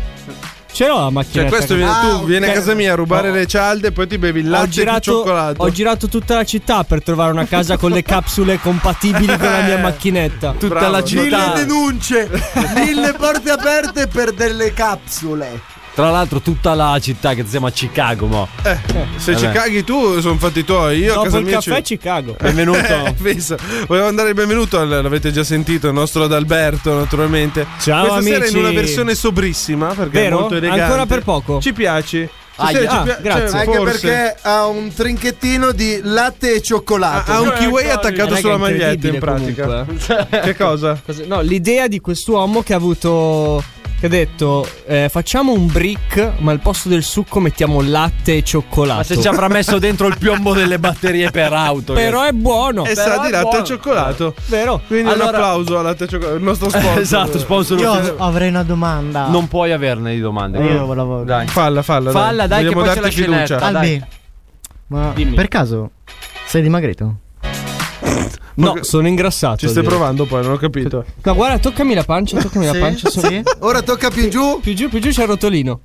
Ce l'ho la
Cioè,
macchinetta.
questo
che- Ah.
viene-
Ah,
tu vieni a
ok.
casa mia a rubare le cialde e poi ti bevi il
Ho
latte di
girato,
cioccolato.
ho girato tutta la città per trovare una casa con le capsule compatibili con la mia
Eh.
macchinetta.
Tutta la città.
Mille denunce, [LAUGHS] mille porte aperte per delle capsule.
Tra l'altro, tutta la città che siamo a Chicago, mo.
Se ci
Vabbè.
caghi tu, sono fatti tuoi. Io a
Dopo
Eh, casa
il
mia
caffè
ci-
Chicago.
Eh, [LAUGHS]
Benvenuto.
pensa. Volevo andare il benvenuto, al- l'avete già sentito, il nostro Adalberto, naturalmente.
Ciao,
Questa sera
amici.
in una versione sobrissima, perché
Vero?
è molto elegante.
Ancora per poco?
Ci piaci?
Aia.
Stasera ci
Ah,
pia-
grazie.
cioè,
Anche
forse.
perché ha un trinchettino di latte e cioccolato.
Ha- ha un
Cioè,
kiwi attaccato
Raga,
sulla
è
maglietta in
incredibile
pratica.
comunque, eh.
Che cosa?
Cosa- No, l'idea di quest'uomo che ha avuto. Che ha detto, eh, facciamo un brick, ma al posto del succo mettiamo latte e cioccolato.
Ma se ci avrà messo dentro il piombo delle batterie per auto.
Però è buono.
E sa di latte al cioccolato.
Vero?
Quindi un
Allora-
applauso al latte al cioccolato.
[LAUGHS]
Il nostro sponsor.
Esatto, sponsor
Io
ufficiale.
avrei una domanda.
Non puoi averne di domande.
Io ve la voglio.
Dai.
Falla, falla.
Falla, dai, che
Vogliamo
poi c'è la
darti fiducia.
scenetta.
Albi,
dai.
ma
Dimmi.
per caso sei dimagrito?
No, sono ingrassato.
Ci stai
direi.
provando poi, non ho capito.
No, guarda, toccami la pancia, toccami la pancia. sono-
Ora tocca più giù.
Più giù, più giù c'è il rotolino.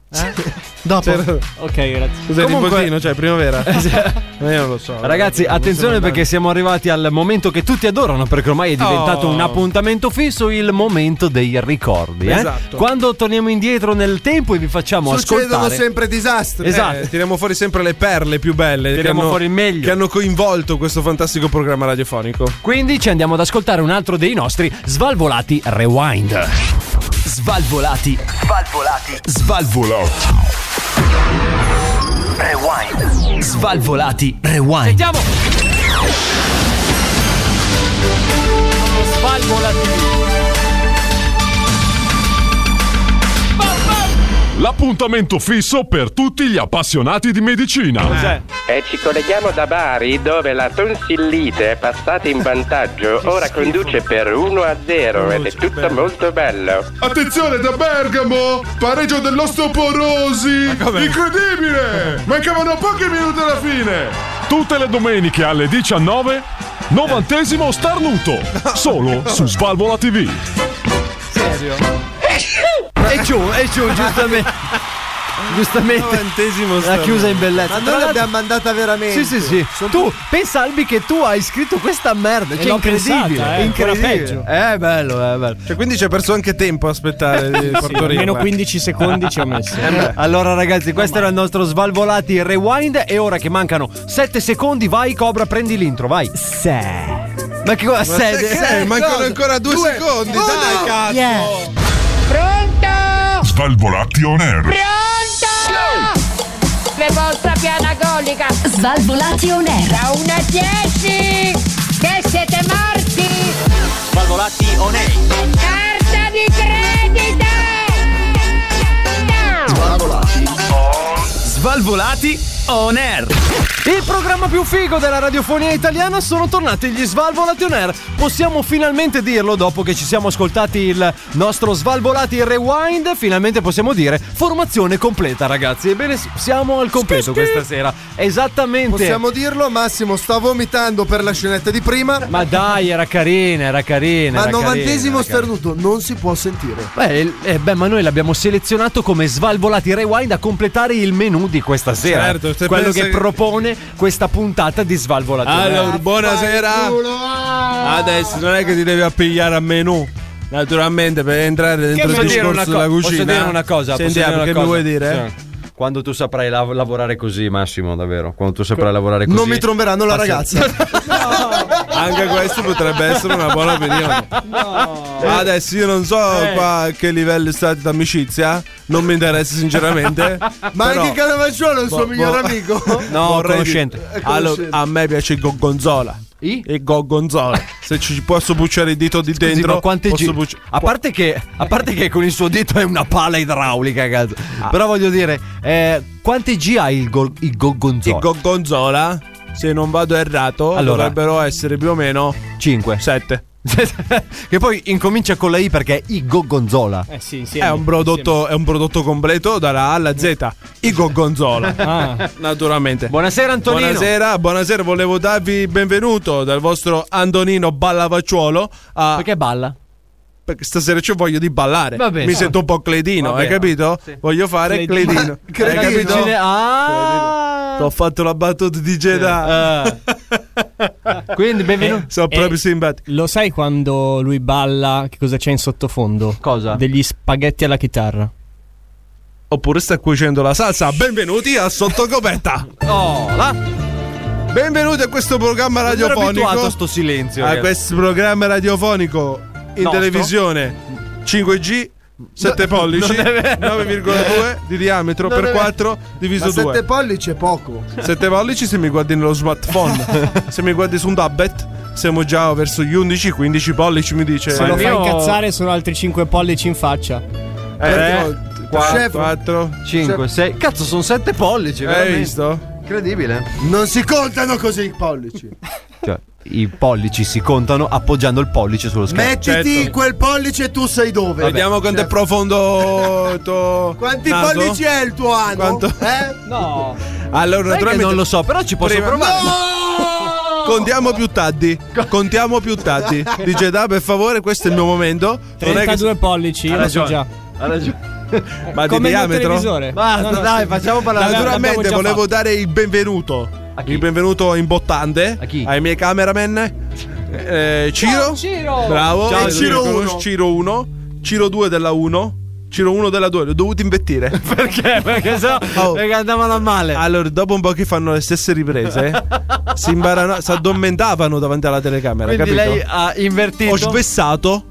Dopo.
C'era-
Ok, grazie.
Cos'è
Comunque- Esatto.
l'imbottino? Cioè, primavera?
[LAUGHS]
Ma Io non lo so.
Ragazzi,
Non
attenzione
so
perché siamo arrivati al momento che tutti adorano, perché ormai è diventato
Oh.
un appuntamento fisso, il momento dei ricordi. eh?
Esatto.
Quando torniamo indietro nel tempo e vi facciamo
Succedono
ascoltare.
sempre disastri.
Esatto.
Eh, tiriamo fuori sempre le perle più belle. che
Tiriamo
hanno-
fuori il meglio.
Che hanno coinvolto questo fantastico programma radiofonico.
Quindi ci andiamo ad ascoltare un altro dei nostri svalvolati rewind.
Svalvolati. Svalvolati. Svalvolati. Rewind. Svalvolati. Rewind.
Sentiamo! Svalvolati.
L'appuntamento fisso per tutti gli appassionati di medicina.
E ci colleghiamo da Bari dove la tonsillite passata in vantaggio ora conduce per 1 a 0 ed è tutto molto bello.
Attenzione da Bergamo! Pareggio dell'ostoporosi! Incredibile! Mancavano pochi minuti alla fine!
Tutte le domeniche alle 19, novantesimo
[LAUGHS]
starnuto, solo su Svalvola TV.
[LAUGHS]
E giù, e giù, giustamente. Giustamente.
Novantesimo
L'ha chiusa in bellezza.
Ma
Tra
noi
l'altro-
l'abbiamo mandata veramente.
Sì, sì, sì. tu pensa Albi che tu hai scritto questa merda. Cioè,
l'ho
incredibile.
pensata, eh,
incredibile.
ancora peggio.
Eh, bello, eh, bello.
Cioè, quindi ci ha perso anche tempo a
[LAUGHS]
aspettare di eh. partorire.
almeno
15 secondi ci ho messo.
Eh,
allora, ragazzi, questo era il nostro Svalvolati Rewind. E ora che mancano 7 secondi, vai, Cobra, prendi l'intro, vai. Se. Ma che cosa?
Ma sai
se-
che
se-
eh, mancano
cosa?
ancora due secondi,
Oh,
dai, cazzo.
Pronto?
Svalvolati on air.
Pronto? Le vostra piana colica.
Svalvolati on air.
Da 1 a 10. Che siete morti?
Svalvolati on air.
Carta di credito.
Svalvolati on Svalvolati on air.
Il programma più figo della radiofonia italiana sono tornati gli Svalvolati on Air. Possiamo finalmente dirlo dopo che ci siamo ascoltati il nostro Svalvolati Rewind. Finalmente possiamo dire formazione completa, ragazzi. Ebbene, s- siamo al completo questa sera. Esattamente.
Possiamo dirlo, Massimo sta vomitando per la scenetta di prima.
Ma dai, era carina, era carina.
Ma
era carina,
novantesimo
era carina.
starnuto, non si può sentire.
Beh, il- eh, beh, ma noi l'abbiamo selezionato come Svalvolati Rewind a completare il menù di questa sera.
Certo, se
quello
pensa
che
che-
propone questa puntata di Svalvolati on Air.
Allora, buonasera. Adesso non è che ti devi appigliare a menù. Naturalmente per entrare dentro il
Posso dire
discorso
una co-
della cucina.
Posso dire una cosa?
Senti,
posso dire
ah,
una
perché
cosa?
mi vuoi dire?
Sì. Quando tu saprai lav- lavorare così, Massimo, davvero. Quando tu saprai lavorare così.
Non mi tromberanno la
passi-
ragazza.
[LAUGHS] Anche questo potrebbe essere una buona opinione. Ma adesso io non so
Eh.
qua a che livello state d'amicizia. Non mi
[LAUGHS]
interessa sinceramente.
Ma
però-
anche Caravaggiolo è il suo
Boh,
miglior
boh.
amico.
No,
Vorrei
conoscente.
dire- Allora, a me piace il Gorgonzola.
I?
Il Gorgonzola. Se ci posso bucciare il dito di
Scusi,
dentro,
ma quante
posso
gi-
bucci-
a, parte che, a parte che con il suo dito è una pala idraulica, cazzo. Però voglio dire, eh, quante G ha il, gol- il
Il
goggonzola?
Gorgonzola, se non vado errato,
Allora.
dovrebbero essere più o meno
5.
7.
[LAUGHS] che poi incomincia con la I perché è i goggonzola.
Eh sì,
È un, prodotto, è un prodotto completo dalla A alla Z, I Gorgonzola.
Ah.
Naturalmente.
Buonasera Antonino.
Buonasera, buonasera, volevo darvi il benvenuto dal vostro Antonino Ballavacciuolo. A...
Perché balla?
Perché stasera ci voglio di ballare.
Va bene.
Mi sento un po' Cledino,
Va
hai
bene.
capito? Voglio fare
Cledino.
[LAUGHS]
[LAUGHS] Credino.
Cledino. Hai capito?
Ah!
Ho fatto la battuta di Jedi.
Quindi benvenuto.
Sono proprio simpatico.
Lo sai quando lui balla che cosa c'è in sottofondo?
Cosa?
Degli spaghetti alla chitarra.
Oppure sta cuocendo la salsa. Benvenuti a Sottocopetta.
Oh, là.
Benvenuti a questo programma
Ero abituato
radiofonico. Ah,
a sto silenzio.
a
ragazzi.
questo programma radiofonico in
Nostro.
televisione 5G 7 pollici [LAUGHS] 9,2 di diametro per 4 diviso
Ma
2
sette pollici è poco.
7 pollici se mi guardi nello
[LAUGHS]
smartphone se mi guardi su un tablet siamo già verso gli 11 15 pollici mi dice
Se lo fa
mio-
incazzare sono altri 5 pollici in faccia.
Eh?
3
Chef.
4
5, 6. Cazzo, sono 7 pollici.
hai
veramente.
visto?
Incredibile.
Non si contano così i pollici.
[LAUGHS] Cioè, i pollici si contano appoggiando il pollice sullo schermo.
Mettiti
Certo.
quel pollice e tu sai dove.
vediamo quanto è profondo il tuo
Quanti
naso.
pollici è il tuo ano?
Quanto-
Eh?
No.
allora
Sai che
naturalmente
non lo so, però ci posso
Prima-
provare.
Contiamo più tardi. Contiamo più tardi. Dice Da, per favore, questo è il mio momento. Non è
32 pollici, io lo so già.
Ha ragione.
che... Ma di
Come il mio
diametro. Ah,
televisore.
Basta,
No, no,
dai,
sì.
facciamo [LAUGHS] parlare.
l'abbiamo
Naturalmente
già
volevo
fatto.
dare il benvenuto.
chi?
Il benvenuto imbottante
A chi?
ai miei cameraman. Eh, Ciro.
Ciro.
Bravo.
Ciao,
E
Ciro
Ciro
uno.
1. Ciro 1. Ciro 2 della 1. Ciro 1 della 2. L'ho dovuto imbettire.
Perché? Eh, Perché so Ah, [LAUGHS]
Oh.
perché andavano a male.
Allora, dopo un po' che fanno le
[LAUGHS]
stesse riprese, si imbarano, si addormentavano davanti alla telecamera.
Quindi
capito?
lei ha invertito.
Ho svessato.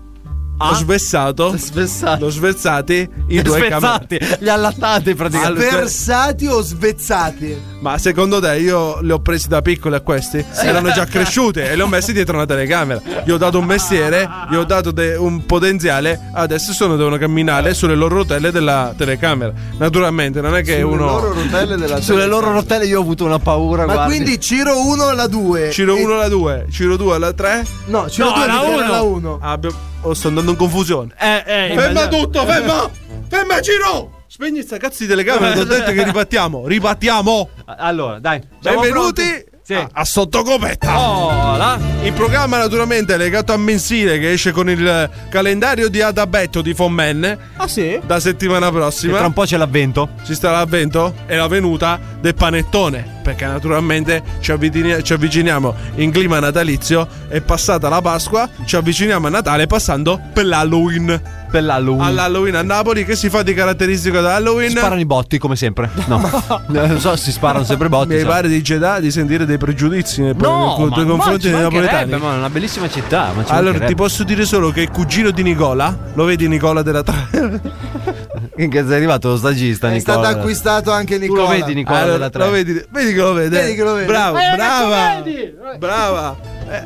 Ah?
Ho svessato.
Svessato.
L'ho svezzati in due
Spezzati,
camere. cioè
li ha allattati praticamente.
Versati o svezzati?
Ma secondo te io li ho presi da piccoli a questi? Erano già cresciuti e li ho messi dietro una telecamera. Gli ho dato un mestiere, gli ho dato de- un potenziale. Adesso sono devono camminare sulle loro rotelle della telecamera. Naturalmente, non è che uno.
loro rotelle della
Sulle loro rotelle io ho avuto una paura.
Ma
guardi.
quindi Ciro 1 alla 2.
Ciro 1 alla 2, Ciro 2 alla 3.
No, Ciro
No,
2
alla uno.
alla 1.
Oh, sto andando in confusione.
Eh, eh,
Ferma
immagina-
tutto, ferma! Ferma, Ciro! Spegni sta cazzo di telecamera, ti ho detto che ripartiamo. Ripartiamo!
Allora, dai. siamo
Benvenuti a, a sottocopetta.
Hola.
Oh. Il programma naturalmente è legato a mensile che esce con il calendario di Adabetto di Fommenne.
Ah sì?
Da settimana prossima.
E tra un po' c'è l'avvento.
Ci sta l'avvento e la venuta del panettone. Perché naturalmente ci, avvicini- ci avviciniamo in clima natalizio e passata la Pasqua ci avviciniamo a Natale passando per l'Halloween.
Per l'Halloween.
All'Halloween a Napoli che si fa di caratteristico da Halloween?
Sparano i botti come sempre.
[LAUGHS]
No, Eh, non so, si sparano sempre i botti.
Mi
so.
pare di Jedi di sentire dei pregiudizi nei
esatto. No,
nei
ma-
nei
ma
confronti
ci
dei
mancherebbe,
napoletani.
Eh, ma è una bellissima città. Ma ci
Allora,
mancherebbe.
ti posso dire solo che il cugino di Nicola, lo vedi Nicola della Traversa?
Che sei arrivato lo stagista,
È
Nicola.
stato acquistato anche
Tu
Nicola.
lo vedi, Nicola?
Allora,
della tre?
lo vedi, vedi che lo vede.
Vedi che lo vede.
Bravo,
Eh,
brava. Brava.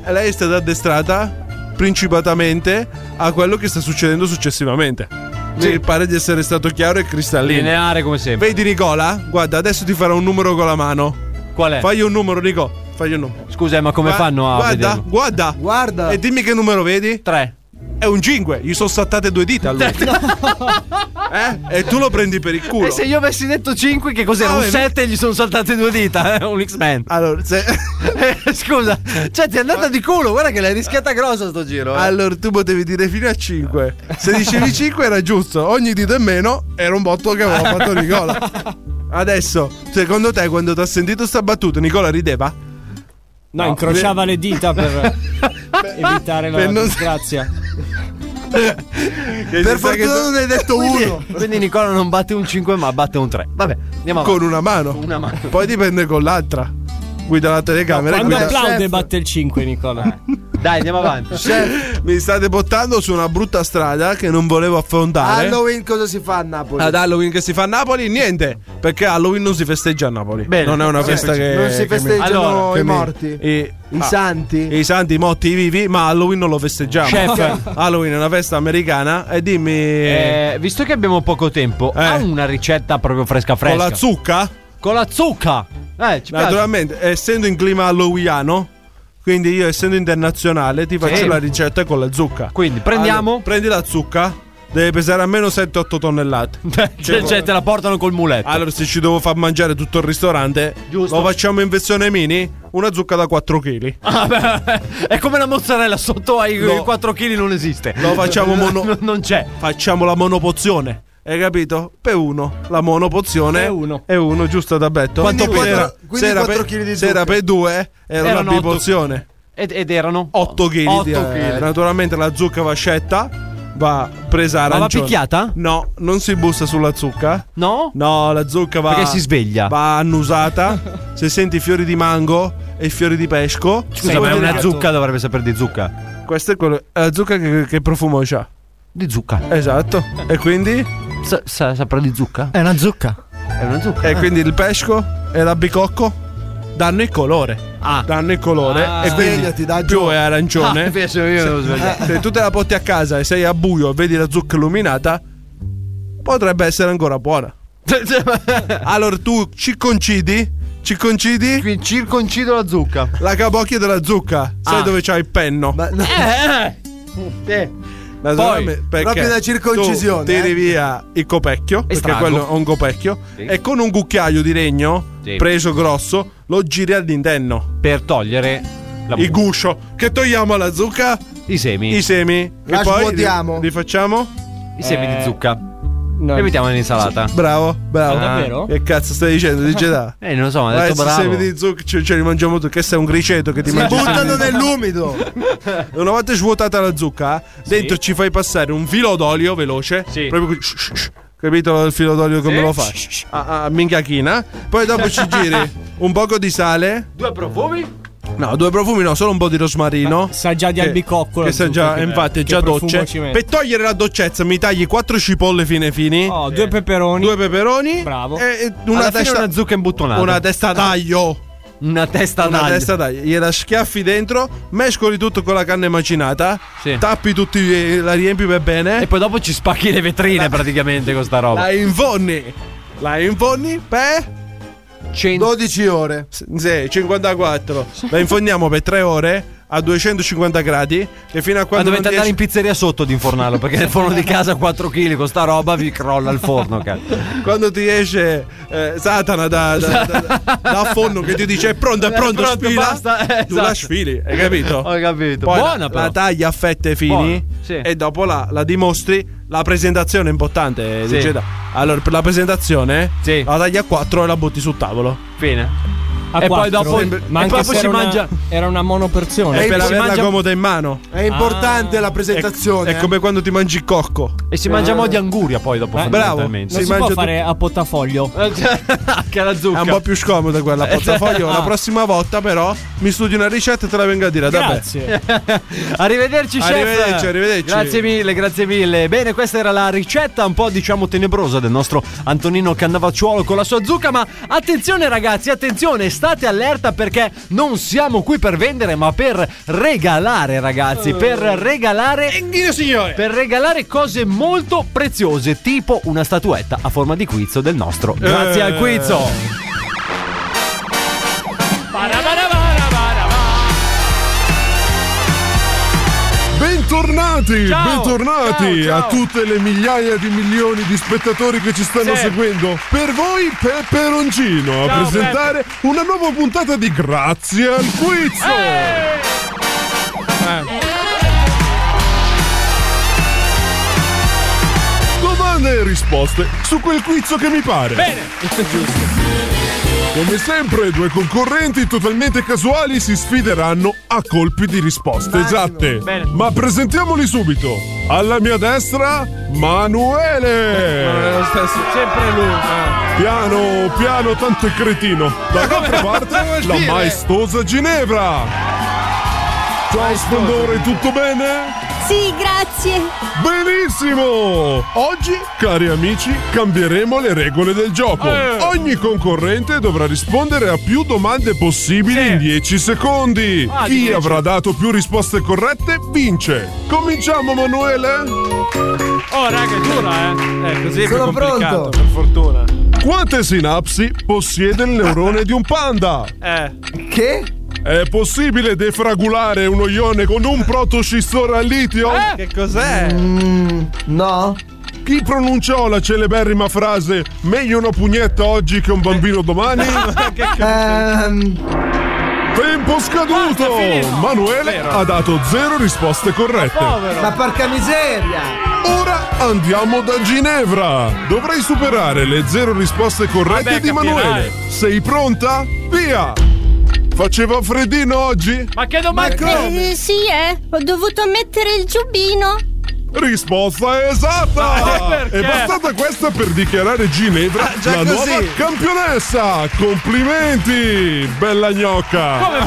Eh, lei è stata addestrata principatamente a quello che sta succedendo successivamente. Mi pare di essere stato chiaro e cristallino.
Lineare come sempre.
Vedi Nicola? Guarda, adesso ti farò un numero con la mano.
Qual è?
Fagli un numero, Nico. Fagli un numero.
Scusa, eh, ma Eh. come
Gua-
fanno a
guarda,
vederlo?
Guarda,
guarda.
E dimmi che numero vedi?
3.
È un 5. Gli sono saltate due dita a lui. eh? E tu lo prendi per il culo.
E Eh, se io avessi detto 5, che cos'era?
Ah,
un
vedi?
7 gli sono saltate due dita, eh? un X-Men.
Allora, se...
[LAUGHS] Eh, scusa, cioè ti è andata di culo, guarda che l'hai rischiata grossa sto giro. eh.
Allora, tu potevi dire fino a 5. Se dicevi 5 era giusto, ogni dito in meno era un botto che aveva fatto Nicola. Adesso, secondo te, quando ti ha sentito sta battuta, Nicola rideva?
No, incrociava le dita per evitare la
[LAUGHS] per non-
disgrazia.
Per fortuna non hai detto
Quindi,
uno.
quindi Nicola non batte un 5 ma batte un 3. Vabbè, andiamo avanti.
Con una mano.
una mano.
Poi dipende con l'altra. Guida la telecamera e
Quando
guida
applaude batte il 5 Nicola.
Dai, andiamo avanti.
Chef, Cioè, mi state buttando su una brutta strada che non volevo affrontare.
Halloween cosa si fa a Napoli?
Ad Halloween che si fa a Napoli? Niente, perché Halloween non si festeggia a Napoli.
Bene.
Non è una
Non si
festa che.
non si
che mi-
festeggiano
Allora, che
i
mi-
morti.
E-
I
ah,
santi.
I santi, i morti, i vivi, ma Halloween non lo festeggiamo.
Chef.
[LAUGHS] Halloween è una festa americana e dimmi.
Eh, visto che abbiamo poco tempo,
Eh.
ha una ricetta proprio fresca
con
fresca.
la zucca?
Con la zucca. Eh, ci [LAUGHS] piace.
Naturalmente, essendo in clima halloweeniano, quindi io essendo internazionale, ti faccio
Sì.
la ricetta con la zucca.
Quindi prendiamo.
Allora, prendi la zucca, deve pesare almeno 7-8
[LAUGHS]
tonnellate.
Cioè, cioè, te la portano col muletto.
Allora, se ci devo far mangiare tutto il ristorante,
Giusto.
lo facciamo in versione mini, una zucca da 4 kg.
[LAUGHS] Ah, beh, è come la mozzarella sotto ai
No.
4 kg non esiste. [LAUGHS]
Lo facciamo mono-
Non- non c'è.
Facciamo la monopozione. Hai capito? Per uno, la monopozione
Per uno.
è uno, giusto da betto.
Quanto
Quindi
pesa?
era-
Quindi
se era
quattro
per-
chili di
se era
zucca.
per due, era
Erano
una
otto-
bipozione.
Ed, ed erano
8 kg.
8
di- eh,
kg.
naturalmente la zucca va scetta, va presa
va
arancione.
picchiata?
No, non si bussa sulla zucca.
No?
No, la zucca va.
Perché si sveglia.
Va annusata. Se senti fiori di mango e fiori di pesco.
Scusa, ma è una zucca, dovrebbe sapere di zucca.
Questa è quello. È la zucca che, che profumo c'ha.
Di zucca.
Esatto. E quindi?
Sa- sa- saprà di zucca?
È una zucca.
È una zucca.
E quindi il pesco e l'abbicocco danno il colore.
Ah.
Danno il colore.
Ah.
e quindi
Svegliati, dai,
più
giù.
è arancione. eh,
Ah, penso io devo [LAUGHS] svegliare.
se tu te la porti a casa e sei a buio e vedi la zucca illuminata, potrebbe essere ancora buona. Allora tu ci concidi, ci concidi
Qui circoncido la zucca.
la capocchia della zucca. Sai
Ah.
dove c'ha il penno?
Eh, eh. Eh.
Naturalmente, perché
proprio una circoncisione,
Tu tiri
eh.
via il copecchio, perché
strago.
quello è un copecchio, e con un cucchiaio di legno
Sì.
preso grosso lo giri all'interno.
Per togliere la
Il guscio che togliamo alla zucca,
i semi.
i semi,
La
e poi li,
svuotiamo.
li facciamo.
I semi
Eh.
di zucca.
No.
E mettiamo nell'insalata.
Bravo, bravo.
Ah, davvero?
Che cazzo stai dicendo?
[LAUGHS]
Di Jedi?
Eh, non lo so, ma ha
Vai,
detto
se
bravo.
semi di zucca, ce, ce li mangiamo tutti. Che sei un griceto che ti mangi.
Buttano nell'umido.
[LAUGHS] Una volta svuotata la zucca, dentro ci fai passare un filo d'olio veloce.
Sì.
Proprio così, shh, shh, shh. Capito il filo d'olio come
Sì.
lo fai? A, a minchiachina. Poi dopo ci
[LAUGHS]
giri un poco di sale.
Due profumi?
No, due profumi, no, solo un po' di rosmarino.
Sa già di
Che-
albicocco. la
Che sa
zucca,
già,
che-
infatti, è
che
già
profumo
docce.
ci mette.
Per togliere la doccezza, mi tagli quattro cipolle fine fini.
Oh, due peperoni.
Due peperoni.
Bravo.
E e una
Alla fine
testa.
una zucca imbuttonata.
Una testa taglio.
Una testa
Una
d'aglio.
testa taglio. Gliela schiaffi dentro, mescoli tutto con la canna macinata.
Sì.
Tappi tutti, eh, la riempi per bene.
E poi dopo ci spacchi le vetrine praticamente con sta roba.
La infonni. La infonni per.
100
12 ore.
Sì, 54. La infondiamo per 3 ore.
a 250 gradi e fino a
Ma
quando...
dovete
non
andare in
riesci-
pizzeria sotto ad infornarlo perché nel forno di casa 4 kg con sta roba vi crolla il forno. cazzo.
Quando ti esce eh, Satana da, da, da, da affonno che ti dice è pronto, è
È
pronto,
pronto,
sfila,
basta, eh,
tu
esatto.
la sfili, hai capito?
Ho capito.
Poi
Buona
la,
però.
la tagli a fette
Buona,
fini e dopo la, la dimostri. La presentazione è importante,
Sì.
dice da- Allora, per la presentazione la tagli a 4 e la butti sul tavolo.
Fine.
A
e poi
quattro.
dopo
ma
e
anche
poi
se
si
era una-
mangia
era una monoporzione
è per
Si
averla
mangia-
comoda in mano.
È importante
Ah.
la presentazione,
È,
eh.
come quando ti mangi il cocco.
E si mangia mo' di anguria poi dopo.
Eh, Bravo.
fondamentalmente.
non si, può fare a potafoglio
[LAUGHS] che la zucca
Eh, certo. È un po' più scomoda quella
Eh, [LAUGHS]
portafoglio.
ah.
La prossima volta, però, mi studi una ricetta e te la vengo a dire. Vabbè.
Grazie. [LAUGHS] Arrivederci, chef.
Arrivederci, arrivederci.
Grazie mille, grazie mille. Bene, questa era la ricetta un po' diciamo tenebrosa del nostro Antonino Cannavacciuolo con la sua zucca, ma attenzione ragazzi, attenzione, state allerta perché non siamo qui per vendere, ma per regalare, ragazzi, per regalare
Eh. signore.
Per regalare cose molto preziose, tipo una statuetta a forma di quizzo del nostro. Grazie
Eh.
al quizzo.
Bentornati,
Ciao,
bentornati
ciao, ciao.
a tutte le migliaia di milioni di spettatori che ci stanno
Sì.
seguendo. Per voi Pepperoncino a
Ciao,
presentare una nuova puntata di Grazie al Quiz. Eh. Domande e risposte su quel quiz che mi pare. Come sempre, due concorrenti totalmente casuali si sfideranno a colpi di risposte esatte. Ma presentiamoli subito. Alla mia destra, Manuele.
Eh, Sempre lui. eh.
Piano, piano, tanto è cretino.
[LAUGHS]
Dall'altra parte, la maestosa Ginevra. Ciao Splendore, tutto bene?
Sì, grazie.
Benissimo! Oggi, cari amici, cambieremo le regole del gioco.
Eh.
Ogni concorrente dovrà rispondere a più domande possibili in 10 secondi.
Ah,
Chi
dieci.
avrà dato più risposte corrette vince. Cominciamo, Manuele?
Oh, raga, è dura, eh. Eh, così è più
Sono
complicato,
pronto.
per fortuna.
Quante sinapsi possiede il neurone di un panda?
Eh.
Che? È possibile defragulare uno ione con un protoscissore al litio?
Eh?
Che cos'è?
no. Chi pronunciò la celeberrima frase meglio una pugnetta oggi che un
[LAUGHS]
bambino domani? Tempo scaduto!
Ah,
Manuele ha dato zero risposte
Ah,
corrette.
Ma porca miseria!
Ora andiamo da Ginevra. Dovrai superare le zero risposte corrette
Vabbè,
di
capirai.
Manuele. Sei pronta? Via! Faceva freddino oggi?
Ma che
Eh, sì, eh. Ho dovuto mettere il giubbino.
Risposta esatta! È bastata questa per dichiarare Ginevra
Ah, già
la
così?
nuova campionessa! Complimenti, bella gnocca!
Eh,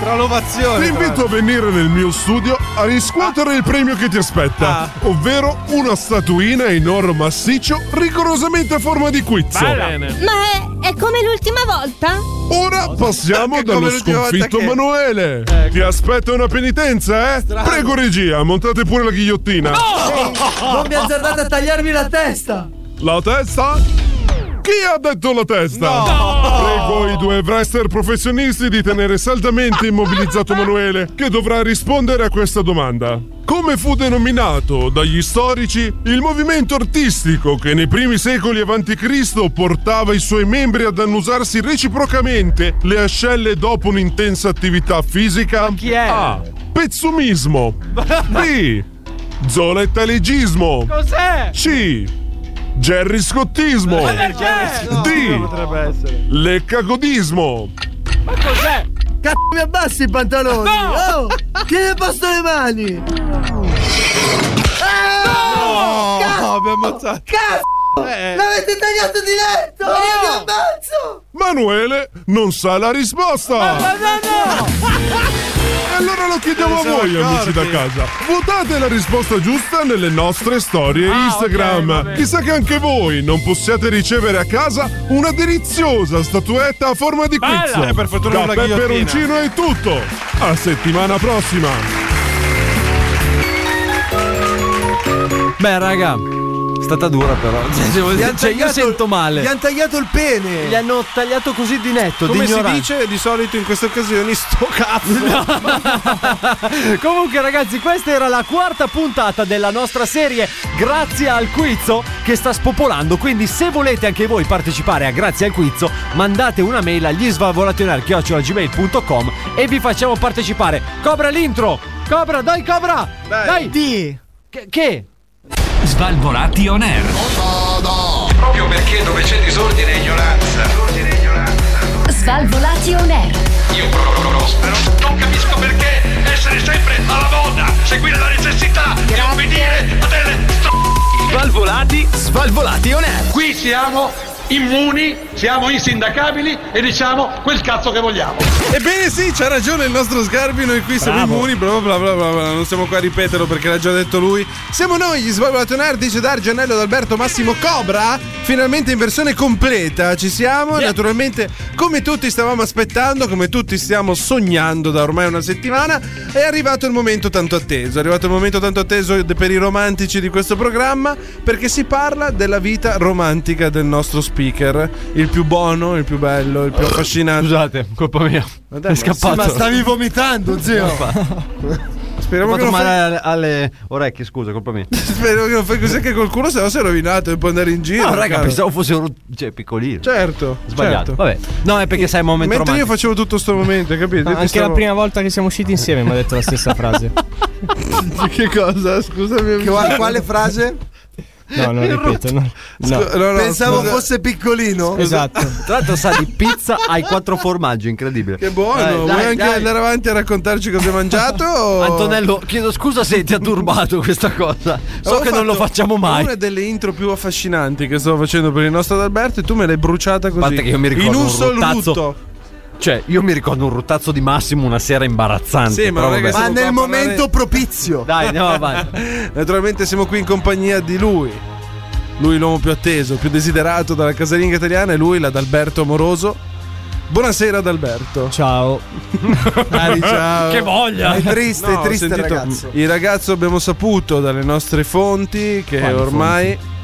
Tra l'ovazione! Ti invito a venire nel mio studio a riscuotere il premio che ti aspetta,
Ah.
ovvero una statuina in oro massiccio rigorosamente a forma di quizzo.
Ma è, è come l'ultima volta?
Ora Passiamo dallo sconfitto Manuele.
Ecco.
Ti aspetta una penitenza, eh? Prego regia, montate pure la ghigliottina.
Non mi azzardate a tagliarmi la testa!
La testa? Chi ha detto la testa? Prego i due wrestler professionisti di tenere saldamente immobilizzato Manuele, che dovrà rispondere a questa domanda. Come fu denominato dagli storici il movimento artistico che nei primi secoli a.C. portava i suoi membri ad annusarsi reciprocamente le ascelle dopo un'intensa attività fisica? Chi è? A. Pezzumismo. B. Zolettalegismo.
Cos'è?
C. Jerry Scottismo.
Ma perché?
Eh! D.
Potrebbe essere.
Leccagodismo.
Ma cos'è?
Cazzo mi abbassi i pantaloni! Oh! Tieni a posto le mani! Ah! Cazzo!
No, mi ha ammazzato. Eh.
Cazzo! L'avete tagliato di letto! Io vi ammazzo!
Manuele non sa la risposta. E allora lo chiediamo a
Non se
voi,
ne
amici da
accorgi.
casa. Votate la risposta giusta nelle nostre storie Instagram. Chissà che anche voi non possiate ricevere a casa una deliziosa statuetta a forma di
Bella!
quiz.
Eh, per fortuna
da
con la
Peperoncino è tutto. A settimana prossima.
Beh, raga, È stata dura però. Cioè,
Gli
io
hanno
sento male.
gli han
tagliato il pene. Gli hanno tagliato così di netto.
Come
di
si
ignorante.
dice di solito in queste occasioni, sto cazzo.
[LAUGHS] Comunque, ragazzi, questa era la quarta puntata della nostra serie Grazie al Quizzo che sta spopolando. Quindi, se volete anche voi partecipare a Grazie al Quizzo, mandate una mail agli svalvolationair.gmail.com e vi facciamo partecipare. Cobra l'intro! Cobra, dai, Cobra! Dai! Di! Che? che?
Svalvolati on air.
Proprio perché dove c'è disordine e ignoranza.
Svalvolati on air.
Io prospero. Non capisco perché essere sempre alla moda, seguire la necessità di obbedire a delle
Svalvolati, svalvolati on air.
Qui siamo immuni, siamo insindacabili e diciamo quel cazzo che vogliamo.
Ebbene sì, c'ha ragione il nostro Sgarbi, noi qui siamo
Bravo.
immuni, bla bla bla bla bla, non siamo qua a ripeterlo perché l'ha già detto lui. Siamo noi, gli Svalvolati on Air, dice Dar Gianello d'Alberto Massimo Cobra, finalmente in versione completa, ci siamo, naturalmente come tutti stavamo aspettando, come tutti stiamo sognando da ormai una settimana, è arrivato il momento tanto atteso, è arrivato il momento tanto atteso per i romantici di questo programma perché si parla della vita romantica del nostro speaker, il più buono, il più bello, il più affascinante.
Scusate, colpa mia.
Ma
È scappato.
ma stavi
vomitando,
zio. Speriamo
Ho
che,
fatto
non
male
fai,
alle, alle orecchie, scusa, colpa mia.
speriamo che non fai così anche col culo, se no sei rovinato e puoi andare in giro.
No, [LAUGHS] raga,
cara.
pensavo fosse un cioè, piccolino.
Certo,
Sbagliato.
certo.
Vabbè. No, è perché sai, è un momento
Mentre
romantico.
io facevo tutto sto momento, hai capito? Io ti
Anche
stavo-
la prima volta che siamo usciti insieme mi ha detto la stessa frase.
che cosa? Scusami.
Che-
[LAUGHS]
quale frase?
No, non ripeto. No. No.
Scu- no, no, Pensavo scusa. fosse piccolino.
Esatto.
Tra l'altro sa di pizza ai quattro formaggi, incredibile.
Che buono,
Dai,
vuoi
dai,
anche
dai.
andare avanti a raccontarci cosa
[LAUGHS]
hai mangiato? o-
Antonello, chiedo scusa se ti ha turbato questa cosa. So
Avevo
che non lo
fatto
facciamo mai.
Una delle intro più affascinanti che stavo facendo per il nostro Adalberto e tu me l'hai bruciata così.
parte che io mi ricordo
In un,
un
solo
ruttazzo.
rutto.
Cioè, io mi ricordo un ruttazzo di Massimo una sera imbarazzante.
Sì, ma
però
non è che
vabbè.
siamo qua a parlare-
propizio.
Dai, andiamo avanti.
[LAUGHS] Naturalmente siamo qui in compagnia di lui. Lui l'uomo più atteso, più desiderato dalla casalinga italiana e lui l'Adalberto amoroso. Buonasera Adalberto.
Ciao.
ciao.
[LAUGHS] Che voglia. È triste, è
ho
triste il
sentito-
ragazzo.
Il ragazzo abbiamo saputo dalle nostre fonti che
Quali
ormai
Che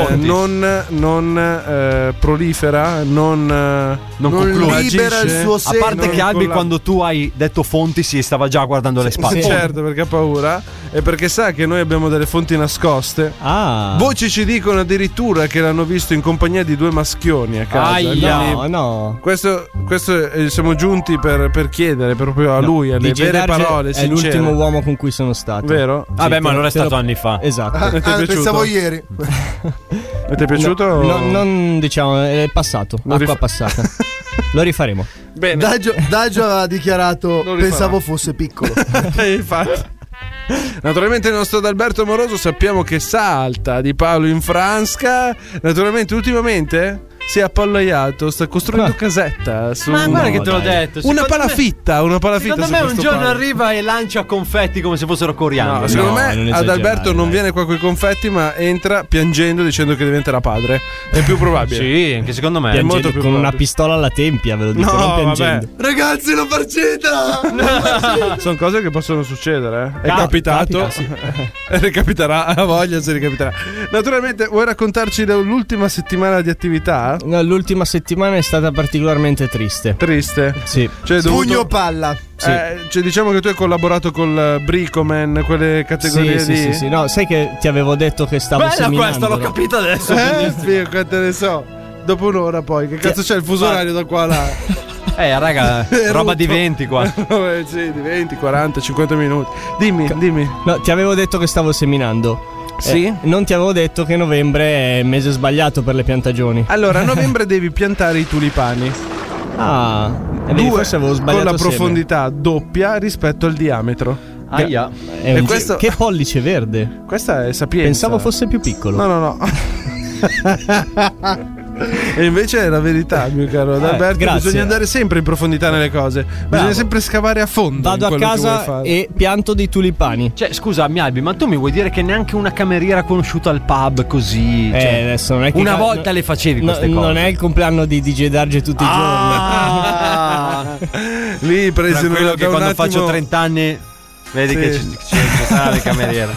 eh,
fonti?
non, non, eh, prolifera, non, eh,
Non, conclude.
agisce.
A parte che
Non
Albi,
colla-
quando tu hai detto fonti, si stava già guardando le spalle. Oh,
Sì, certo, perché ha paura e perché sa che noi abbiamo delle fonti nascoste.
Ah.
Voci ci dicono addirittura che l'hanno visto in compagnia di due maschioni a casa. Quindi
no, no.
Questo, questo, eh, siamo giunti per, per chiedere proprio a lui, alle
DJ
vere
Darge
parole.
È
sincere.
l'ultimo uomo con cui sono stato.
Vero?
Sì,
Vabbè,
te
ma
lo-
allora è
te lo-
stato anni fa.
Esatto.
E [LAUGHS] ti è piaciuto? E ti è piaciuto?
No, no, non diciamo, è passato.
Lo
acqua
rif- [LAUGHS]
passata. Lo rifaremo.
Bene.
Daggio, Daggio aveva dichiarato:
Non rifarà.
Pensavo fosse piccolo.
[LAUGHS]
Eh, infatti. Naturalmente il nostro Adalberto Moroso sappiamo che salta di Paolo in Fransca. Naturalmente ultimamente si è appollaiato, sta costruendo casetta. Su
Ma guarda che te l'ho
dai.
detto, secondo
Una
me-
palafitta, una palafitta.
Secondo
su
me un
questo
giorno
Paolo.
arriva e lancia confetti come se fossero coriandoli.
No, secondo me Adalberto non viene qua con i confetti, ma entra piangendo dicendo che diventerà padre. È più probabile.
Sì, anche secondo me.
È
Piangendo
molto più
con una
probabile.
pistola alla tempia, ve lo dico,
No,
non piangendo.
vabbè.
Ragazzi, non farcetela!
Sono cose che possono succedere. eh. È
Ca-
capitato.
capita, sì.
[LAUGHS] ricapiterà, ha voglia se ricapiterà. Naturalmente, vuoi raccontarci l'ultima settimana di attività?
No, l'ultima settimana è stata particolarmente triste.
Triste?
Sì.
Cioè, dovuto-
Pugno palla.
Sì.
Eh, cioè, diciamo che tu hai collaborato col Bricoman, quelle categorie
Sì, sì,
lì.
sì, sì. No, sai che ti avevo detto che stavo seminando. no?
capita adesso.
[LAUGHS] Eh, figo, quante ne so. Dopo un'ora poi, che cazzo c'è il fuso
Va-
orario da qua a [LAUGHS] là?
[LAUGHS] Eh, raga,
[LAUGHS]
È
roba
rotto.
di 20 qua.
Eh, sì, di 20, 40, 50 minuti. Dimmi, dimmi.
No, ti avevo detto che stavo seminando.
Sì?
Eh, non ti avevo detto che novembre è il mese sbagliato per le piantagioni.
[LAUGHS] Allora, a novembre devi piantare i tulipani.
Ah, eh, vedi,
Due,
forse avevo
con
sbagliato
la
seme.
profondità doppia rispetto al diametro.
Aia.
È
E
Eh, un-
questo-
Che pollice verde.
Questa è sapienza.
Pensavo fosse più piccolo.
No, no, [LAUGHS] no. e invece è la verità, mio caro Adalberto.
grazie.
bisogna andare sempre in profondità nelle cose. Bisogna
Bravo.
sempre scavare a fondo. in
Vado a
quello che vuoi
casa
fare.
e pianto dei tulipani.
Cioè, scusa, mi Albi, ma tu mi vuoi dire che neanche una cameriera conosciuta al pub così.
Eh,
cioè,
adesso non è che
Una
ca-
volta
no-
le facevi
no-
queste cose. Ah!
Non è il compleanno di DJ Darge tutti i [LAUGHS]
[LAUGHS]
Lì presi
Tranquillo
da
che
un
quando
attimo-
faccio 30 anni, vedi
[LAUGHS]
Sì.
che ci, ci- ci sarà le cameriere.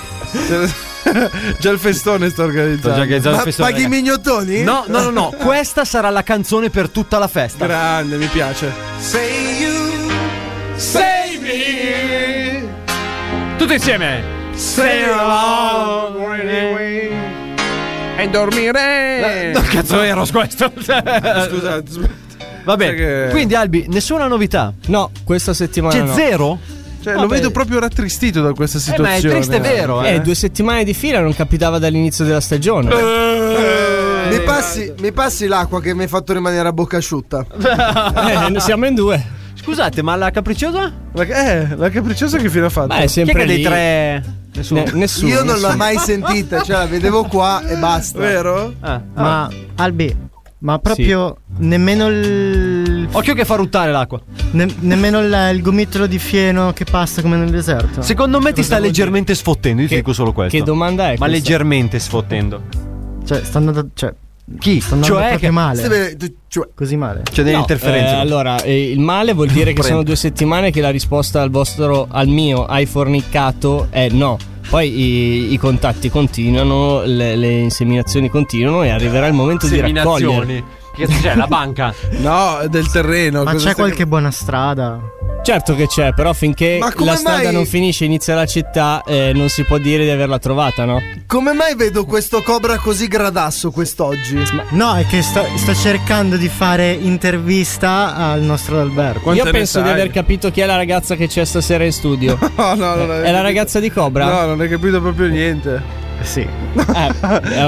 C'era- Già il festone sta organizzando.
Sto già organizzando il festone,
paghi i
ragazzi.
mignottoni?
No, no, no, no. Questa sarà la canzone per tutta la festa.
Grande, mi piace.
Say you, say me.
Tutti insieme.
Say long way. E dormire.
No, Eh, cazzo, ero questo. [LAUGHS]
Scusate.
Va bene. Eh, Quindi, Albi, nessuna novità?
No, questa settimana.
C'è
no.
zero?
Cioè, lo vedo proprio rattristito da questa
Eh, ma
situazione.
Eh, due settimane di fila non capitava dall'inizio della stagione.
[LAUGHS]
Eh.
mi, passi, mi passi l'acqua che mi hai fatto rimanere a bocca asciutta.
Eh, siamo in due.
Scusate, ma la capricciosa?
La, eh, la capricciosa che fine ha fatto?
Beh, è sempre
Chi è che
lì.
dei tre. Nessuno.
Ne- nessuno.
Io non l'ho
nessuno.
mai sentita, cioè la vedevo qua e basta.
Vero?
Ah.
Ah,
Ma Albi, ma proprio nemmeno il.
Occhio che fa ruttare l'acqua.
ne- nemmeno il, il gomitolo di fieno che passa come nel deserto.
Secondo me ti sta
Cosa vuol
leggermente sfottendo. Io ti dico solo questo.
che domanda è
Ma
questa?
leggermente sfottendo.
dire? Cioè, stanno andando. Cioè,
Chi?
Stanno andando
Cioè
proprio
che-
male.
Sì,
Così male.
C'è delle
No,
interferenze.
eh, allora, eh, il male vuol dire che
Prego.
sono due settimane che la risposta al vostro, al mio, hai fornicato è no. Poi i, i contatti continuano, le, le inseminazioni continuano e arriverà il momento di raccogliere.
Che c'è? La banca?
no, del terreno.
Ma c'è qualche buona strada?
Certo che c'è, però finché
Ma come
la strada
mai-
non finisce e inizia la città, eh, non si può dire di averla trovata, no?
Come mai vedo questo cobra così gradasso quest'oggi?
No, è che sto, sto cercando di fare intervista al Ah, nostro Alberto.
Io penso di aver capito chi è la ragazza che c'è stasera in
[LAUGHS]
studio.
No, no, no.
Eh, È la ragazza di Cobra?
No, non hai capito proprio niente.
Sì.
Eh,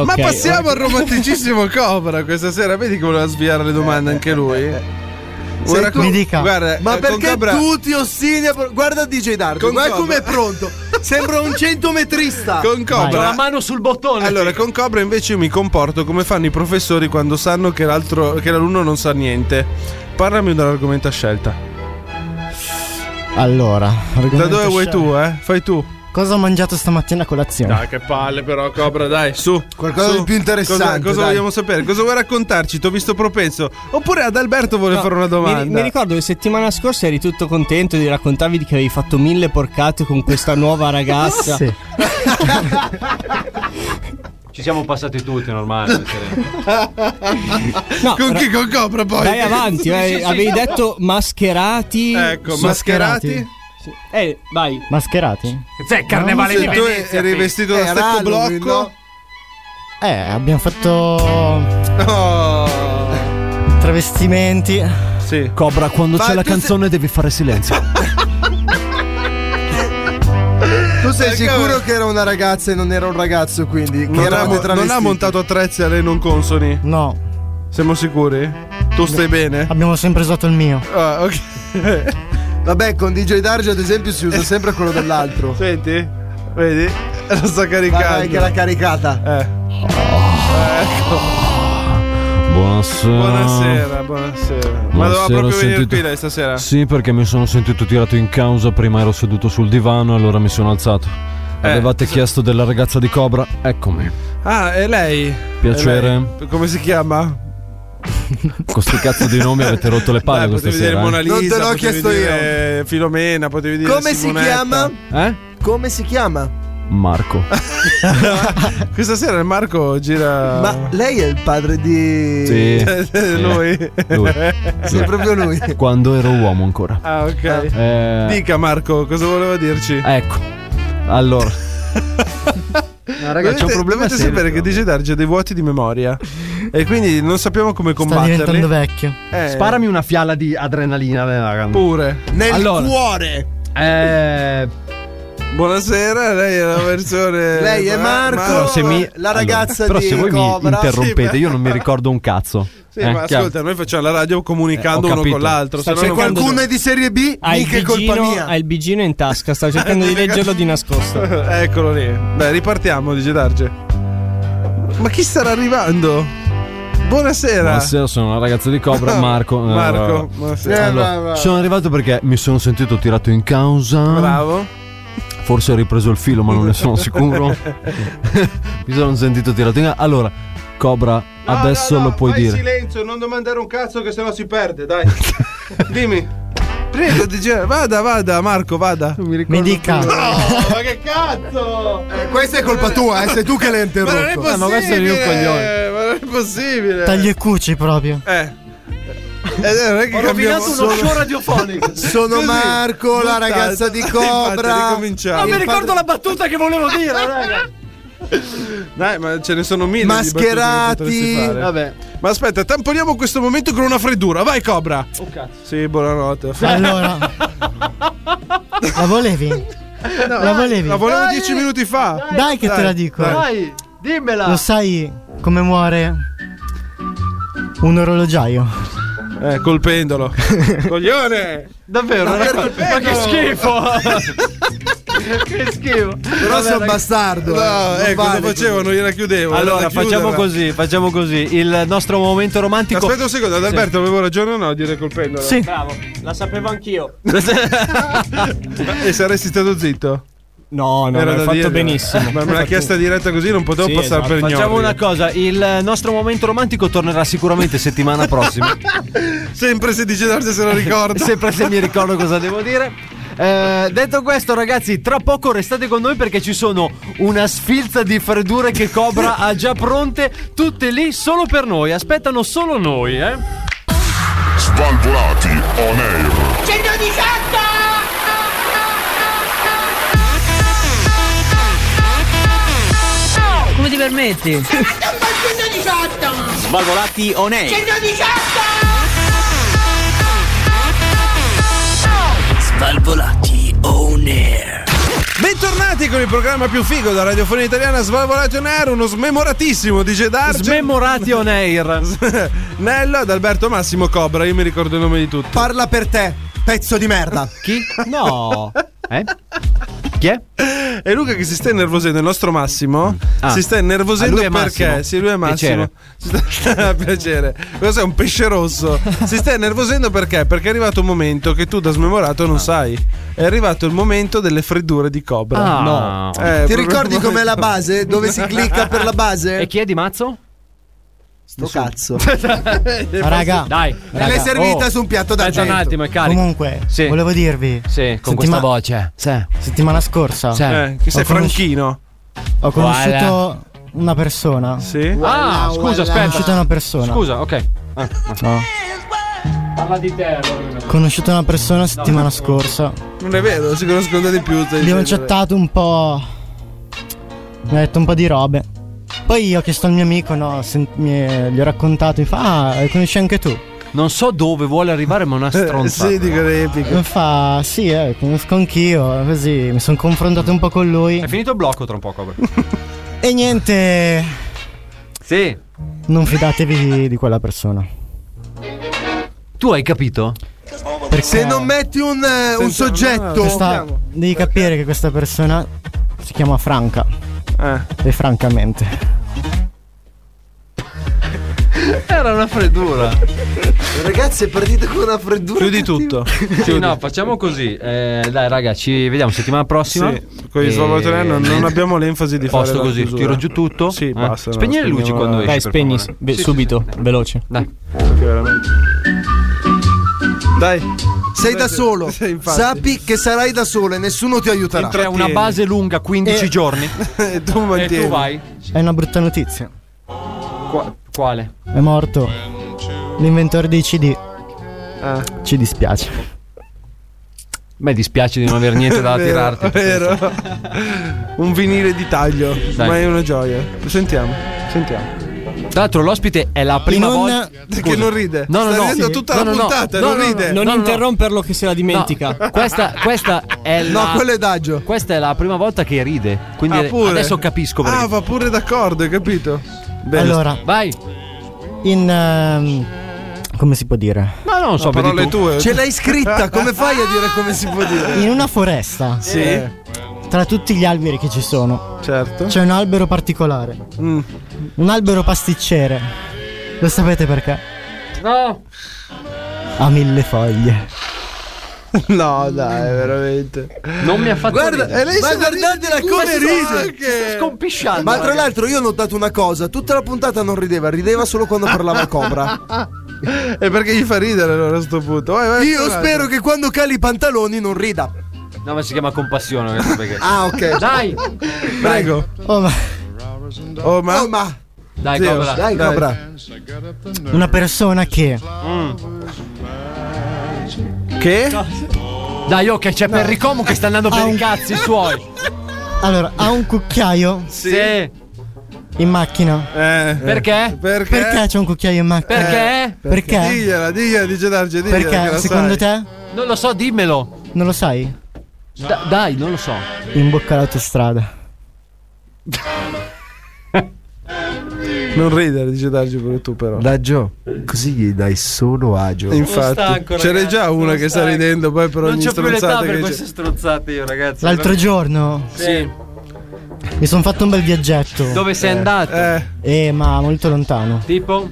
Ma passiamo al romanticissimo Cobra questa sera. Vedi che voleva sviare le domande anche
Eh,
lui. Vuoi
Sei tu-
raccon- Guarda,
ma
eh, con
perché
Cobra-
tu ti ostini a... Guarda DJ Dardo,
Con
guarda
Cobra.
com'è pronto. Sembra un centometrista.
[LAUGHS] Con Cobra.
Vai.
mano sul bottone.
Allora, con Cobra invece io mi comporto come fanno i professori quando sanno che, l'altro- che l'alunno non sa niente. Parlami dell'argomento a scelta.
Allora,
Da
argomento
dove vuoi
scelto.
tu, eh? Fai tu.
Cosa ho mangiato stamattina a colazione?
[LAUGHS] Dai, che palle, però, Cobra, dai, Eh, su.
Qualcosa
Su.
di più interessante,
Cosa, cosa
dai.
vogliamo sapere? Cosa vuoi raccontarci? Ti ho visto propenso. Oppure ad Alberto vuole
No,
fare una
Mi,
domanda.
mi ricordo che settimana scorsa eri tutto contento di raccontarvi di che avevi fatto mille porcate con
[LAUGHS]
questa nuova ragazza.
Sì. Ci siamo passati tutti,
[LAUGHS]
normale.
No,
con
ra-
chi? Con Cobra, poi.
Dai
[LAUGHS]
avanti, eh,
Sì, sì, sì.
avevi detto mascherati.
Ecco,
Sì.
mascherati.
Sì. Eh, vai.
Mascherati?
Cioè,
carnevale di Venezia, eri vestito da Era Steppo Halloween, Blocco? Eh, no?
Eh, abbiamo
[LAUGHS]
fatto.
Oh.
Travestimenti.
Sì.
Cobra, quando
Ma
c'è la
tu sei-
canzone devi fare silenzio.
Tu sei sicuro che [LAUGHS] era una ragazza e non era un ragazzo, quindi? Che
Non, ha,
eravate
non ha
travestiti?
montato attrezzi a lei non consoni?
No.
Siamo sicuri? Tu stai bene?
Abbiamo sempre usato il mio.
Ah, ok. [LAUGHS]
Vabbè, con DJ Darge ad esempio si usa sempre quello
[LAUGHS]
dell'altro.
Senti? Vedi? [LAUGHS] La sto caricando.
Vai, vai, che l'ha caricata.
Eh.
Buonasera.
Buonasera, buonasera. Ma doveva
Buonasera,
proprio
ho
venire
sentito-
qui lei stasera.
Sì, perché mi sono sentito tirato in causa. Prima ero seduto sul divano, allora mi sono alzato.
Eh,
Avevate chiesto della ragazza di Cobra, eccomi.
Ah, è lei.
Piacere.
È lei. Come si chiama?
Con sti cazzo di nomi avete rotto le palle
Dai,
questa
potevi
sera.
dire
eh?
Mona Lisa.
Non te l'ho
potevi
chiesto
dire Filomena, potevi dire
Come si
Simonetta.
chiama?
Eh?
Come si chiama?
Marco.
[LAUGHS] Questa sera il Marco gira.
Ma lei è il padre di.
Sì.
[LAUGHS] lui.
Lui.
Sì,
Lui.
proprio lui.
Quando ero uomo ancora.
Ah, ok.
Eh.
Dica Marco, cosa voleva dirci?
Ecco. Allora.
ragazzi,
c'è un problema
Dovete
serio,
sapere che DJ Darge ha dei vuoti di memoria. e quindi non sappiamo come combatterli.
diventando vecchio.
Eh. Uh.
Sparami una fiala di adrenalina. eh, raga.
Pure.
Nel
Allora.
cuore.
Eh.
Buonasera, lei è la
[LAUGHS]
versione.
Lei è
Ma-
Marco,
Però se mi-
la ragazza
allora,
di
però se voi
Cobra.
mi interrompete,
Sì,
io non mi ricordo un cazzo.
Sì,
Eh,
ma
chiaro.
ascolta, noi facciamo la radio comunicando
Eh, ho
uno
capito.
con l'altro.
Sta
se no non-
cercando
Qualcuno è di serie B,
Ha Ah, il,
mica è colpa
bigino,
mia.
[LAUGHS]
ha il bigino in tasca, stavo
[LAUGHS]
cercando di leggerlo di nascosto.
Eccolo lì. Beh, ripartiamo, dice Darge. Ma chi starà arrivando? Buonasera.
Buonasera, sono la ragazza di [LAUGHS]
[LAUGHS]
Cobra, Eh. Marco. Eh,
Marco,
vabbè.
buonasera.
Allora,
Eh, va, va.
sono arrivato perché mi sono sentito tirato in causa.
Bravo.
Forse ho ripreso il filo, ma non ne [LAUGHS] sono sicuro. mi sono sentito tirato in causa. Allora, Cobra, adesso lo puoi
Fai
dire.
silenzio, non domandare un cazzo che sennò si perde, dai. Dimmi. Prego, dice, vada, vada, Marco, vada. Mi,
dica.
No, ma che cazzo! Eh, questa è colpa tua, eh, sei tu che l'hai interrotto.
Ma non
ma
è possibile.
questo è
il mio
coglione.
Ma non è possibile.
Tagli e cuci proprio.
Eh. Eh, non è che
Ho
cambiamo
rovinato uno
solo-
show radiofonico. Sono
Così,
Marco, la
buttato.
ragazza di
Infatti,
Cobra.
ricominciamo.
Non mi ricordo
la battuta che volevo dire, raga.
[LAUGHS] Dai, ma ce ne sono mille. di
Mascherati.
battute che potresti fare.
Vabbè.
Ma aspetta, tamponiamo questo momento con una freddura. Vai, Cobra.
Oh, cazzo.
Sì, buonanotte.
[LAUGHS] Allora. La volevi? la volevi?
La volevo
Dai.
dieci minuti fa.
Dai, che te la dico. eh.
dai.
dimmela.
Lo sai come muore un orologiaio?
Eh, col pendolo. Coglione!
Davvero,
Ma
raga-
col
ma che
pendolo.
schifo! che
[LAUGHS]
schifo!
Però
Vabbè,
sono
raga-
bastardo.
No, eh, cosa facevano? Gliela chiudevo.
Allora,
da
facciamo
chiuderla.
così, facciamo così. Il nostro momento romantico.
Aspetta un secondo, ad Alberto avevo ragione o no a dire col pendolo?
Bravo, la sapevo anch'io.
[LAUGHS]
E saresti stato zitto?
No, no, l'hai
da
fatto
dirglielo.
benissimo.
Ma me
L'hai
l'ha
fatto-
chiesta diretta così, non potevo
Sì,
passare
esatto.
per gnocchi.
Facciamo [LAUGHS] una cosa, il nostro momento romantico tornerà sicuramente settimana prossima.
Sempre se dice Darge se lo ricorda.
Sempre [LAUGHS] se mi ricordo cosa devo dire. Eh, detto questo, ragazzi, tra poco restate con noi perché ci sono una sfilza di freddure che Cobra ha già pronte, tutte lì solo per noi. Aspettano solo noi, eh.
Svalvolati on air.
118!
Come ti permetti?
118!
Svalvolati on
118! Svalvolati on air.
Bentornati con il programma più figo della radiofonia italiana Svalvolati on Air, uno smemoratissimo DJ Darge.
Smemorati on air.
[LAUGHS] Nello ad Alberto Massimo Cobra, io mi ricordo il nome di tutti.
Parla per te, pezzo di merda.
Chi? No. Eh? Chi è?
È Luca che si sta innervosendo, il nostro Massimo.
Ah.
Si sta innervosendo
Ah, lui è Massimo.
perché? Sì, lui è Massimo.
Piacere.
Si sta- [LAUGHS] piacere. Questo è un pesce rosso. Si sta innervosendo perché? Perché è arrivato un momento che tu da smemorato
Ah.
non sai. È arrivato il momento delle freddure di Cobra.
Ah.
Eh,
Ti
proprio
ricordi
il momento. [LAUGHS]
com'è la base? Dove si clicca per la base?
E chi è di mazzo?
Sto cazzo.
Raga.
Dai,
Me l'hai
oh.
servita su un piatto
Aspetta
d'argento.
un attimo, è carico.
Comunque,
Sì.
volevo dirvi.
Sì, con questa voce. Sì.
Settimana scorsa.
Sì. Eh, che sei
ho conosci-
franchino.
Ho
Voilà.
conosciuto una persona.
Sì.
Ah, scusa,
Ho
aspetta.
conosciuto una persona.
Scusa, ok.
No.
Parla di te,
Ho conosciuto una persona settimana scorsa.
Non è vero, si conoscono di più. stai
Gli ho
dicendo.
chattato un po'. Mi ha detto un po' di robe. Poi ho chiesto al mio amico, no, se- mi- gli ho raccontato, mi fa, ah, le conosci anche tu?
Non so dove vuole arrivare, ma è una stronza.
Eh, Sì, dico le
Mi fa, sì, eh, conosco anch'io, così, mi sono confrontato un po' con lui.
È finito il blocco tra un po', Cobra.
E niente,
sì.
non fidatevi di, di quella persona.
Tu hai capito?
Perché
Se non metti un, eh, un
Senza-
soggetto.
questa- devi capire che questa persona si chiama Franca.
Eh.
E francamente.
Era una freddura.
Ragazzi, è partito con una freddura.
Più
[LAUGHS]
di tutto.
Sì, no, facciamo così. Eh, dai, raga, ci vediamo settimana prossima.
Sì, con gli Svalvolatori non, non abbiamo l'enfasi di
Ehm, Posto
fare la
così,
chiusura.
tiro giù tutto.
Sì,
Eh?
basta. no,
Spegni le luci
spegniamo
quando
la-
esci.
Dai,
per
spegni,
favore.
ve-
Sì, sì,
subito,
sì.
veloce.
Dai.
Perché veramente- Dai.
Sei da solo.
[LAUGHS] Sì, infatti.
Sappi che sarai da solo e nessuno ti aiuterà.
C'è una base lunga, 15
[LAUGHS]
Eh.
giorni.
E tu
E
mantieni.
tu vai.
È una brutta notizia.
Qua- quale?
È morto l'inventore dei CD.
Ah.
Ci dispiace.
Mi dispiace di non aver niente
[LAUGHS]
da
Vero,
tirarti.
vero. [LAUGHS] Un vinile di taglio, ma è una gioia. Lo sentiamo, sentiamo.
Tra l'altro, l'ospite è la prima
non-
volta
Perché non ride.
No, no,
Sta
no.
ridendo
Sì.
tutta
No,
la
no, no.
puntata,
No,
non
no, no.
ride.
Non
No, no.
interromperlo che se la dimentica.
No, questa, questa è
[LAUGHS] No,
la.
quello è Daggio.
Questa è la prima volta che ride. Quindi
Ah, pure.
adesso capisco perché.
Ah, va pure d'accordo, hai capito? Bene.
[LAUGHS] Allora,
Vai.
in. ehm, come si può dire?
Ma non so, vedi
parole
tu.
tue.
Ce l'hai scritta, come fai a dire come si può dire?
In una foresta,
Sì,
tra tutti gli alberi che ci sono,
certo.
c'è un albero particolare.
Mm.
Un albero pasticcere. Lo sapete perché?
No.
Ha mille foglie.
No, dai, veramente.
Non mi ha fatto
Guarda,
ridere.
e Eh, lei
Ma
ma guardatela come ride.
Sta scompisciando.
Ma tra l'altro io ho notato una cosa, tutta la puntata non rideva, rideva solo quando parlava Cobra.
[LAUGHS] E perché gli fa ridere allora a sto punto? Vai, vai,
Io
coraggio.
spero che quando cali i pantaloni non rida.
No, ma si chiama compassione. questo perché-
Ah, ok.
[LAUGHS] Dai.
Prego.
Oh, ma
Oh, ma.
Dai,
Zio,
Cobra.
dai, Cobra.
una persona che
Che?
Dai, ok, c'è Perricomo che sta andando per i cazzi suoi.
allora ha un cucchiaio
Sì.
in macchina.
Eh.
Perché?
Perché?
Perché c'è un cucchiaio in macchina? Eh,
Perché?
Perché?
Digliela, digliela, dice Darge, digliela. che
Perché
la
secondo
sai.
te
Non lo so, dimmelo.
non lo sai?
Da- dai, non lo so.
In bocca all'autostrada.
Non ridere, dice Darge pure tu, però.
Daggio, così gli dai solo agio.
Infatti, c'era già una che sta ridendo poi per
Non
ogni
c'ho più l'età
stronzata
per
che
queste
c'è.
Strozzate io, ragazzi.
L'altro giorno
Sì.
mi sono fatto un bel viaggetto.
Dove sei andato?
Eh, ma molto lontano.
Tipo?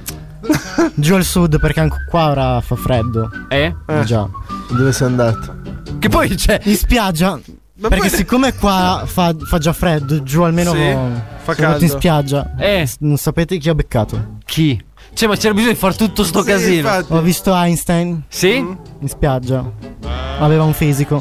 Giù al sud perché anche qua ora fa freddo.
Eh?
Già.
Dove sei andato?
Che poi c'è.
In spiaggia. perché
poi-
siccome qua fa, fa già freddo, giù almeno
Sì,
sono andato
fa
in
caldo.
spiaggia.
Eh.
Non sapete chi ho beccato.
Chi? Cioè, ma c'era bisogno di far tutto sto casino.
Ho visto Einstein.
Sì?
In spiaggia. Aveva un fisico.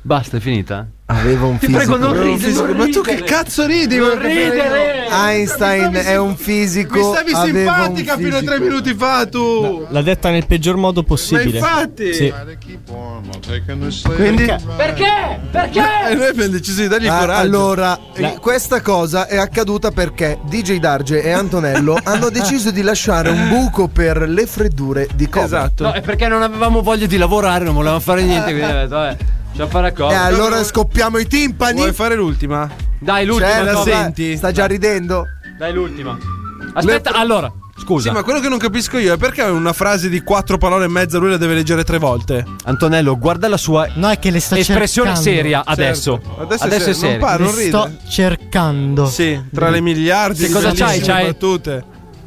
Basta, è finita.
Aveva un
Ti
fisico.
prego, non
Aveva un
ridere,
fisico-
non
Ma tu che
ridere.
cazzo ridi?
Non
porca miseria?
ridere.
Einstein è un fisico.
Mi stavi
aveva un
simpatica fino a
fisico.
tre minuti fa, tu.
L'ha detta nel peggior modo possibile.
Ma infatti! Eh,
Sì.
Quindi-
Perché?
E noi abbiamo deciso di dargli il
Ah,
coraggio.
allora, eh, questa cosa è accaduta perché DJ Darge e Antonello hanno deciso di lasciare un buco per le freddure di Eh, Cobra.
Esatto.
No, è perché non avevamo voglia di lavorare, non volevamo fare niente. Quindi ho detto, vabbè, c'è fare a cosa.
E
Eh,
allora scoppiamo i timpani.
Vuoi fare l'ultima?
Dai, l'ultima,
Cioè, la
Cobra.
senti? Sta già ridendo?
Dai, l'ultima. Aspetta, allora. Scusa.
Sì, ma quello che non capisco io è perché una frase di quattro parole e mezza lui la deve leggere tre volte.
Antonello, guarda la sua
No, è che le sto
espressione
cercando.
seria adesso.
Certo.
Adesso,
Adesso è
è
seria,
seria.
non parlo,
Le sto cercando.
Sì, tra le miliardi
Che
di
cosa c'hai?
bellissime
C'hai-
battute.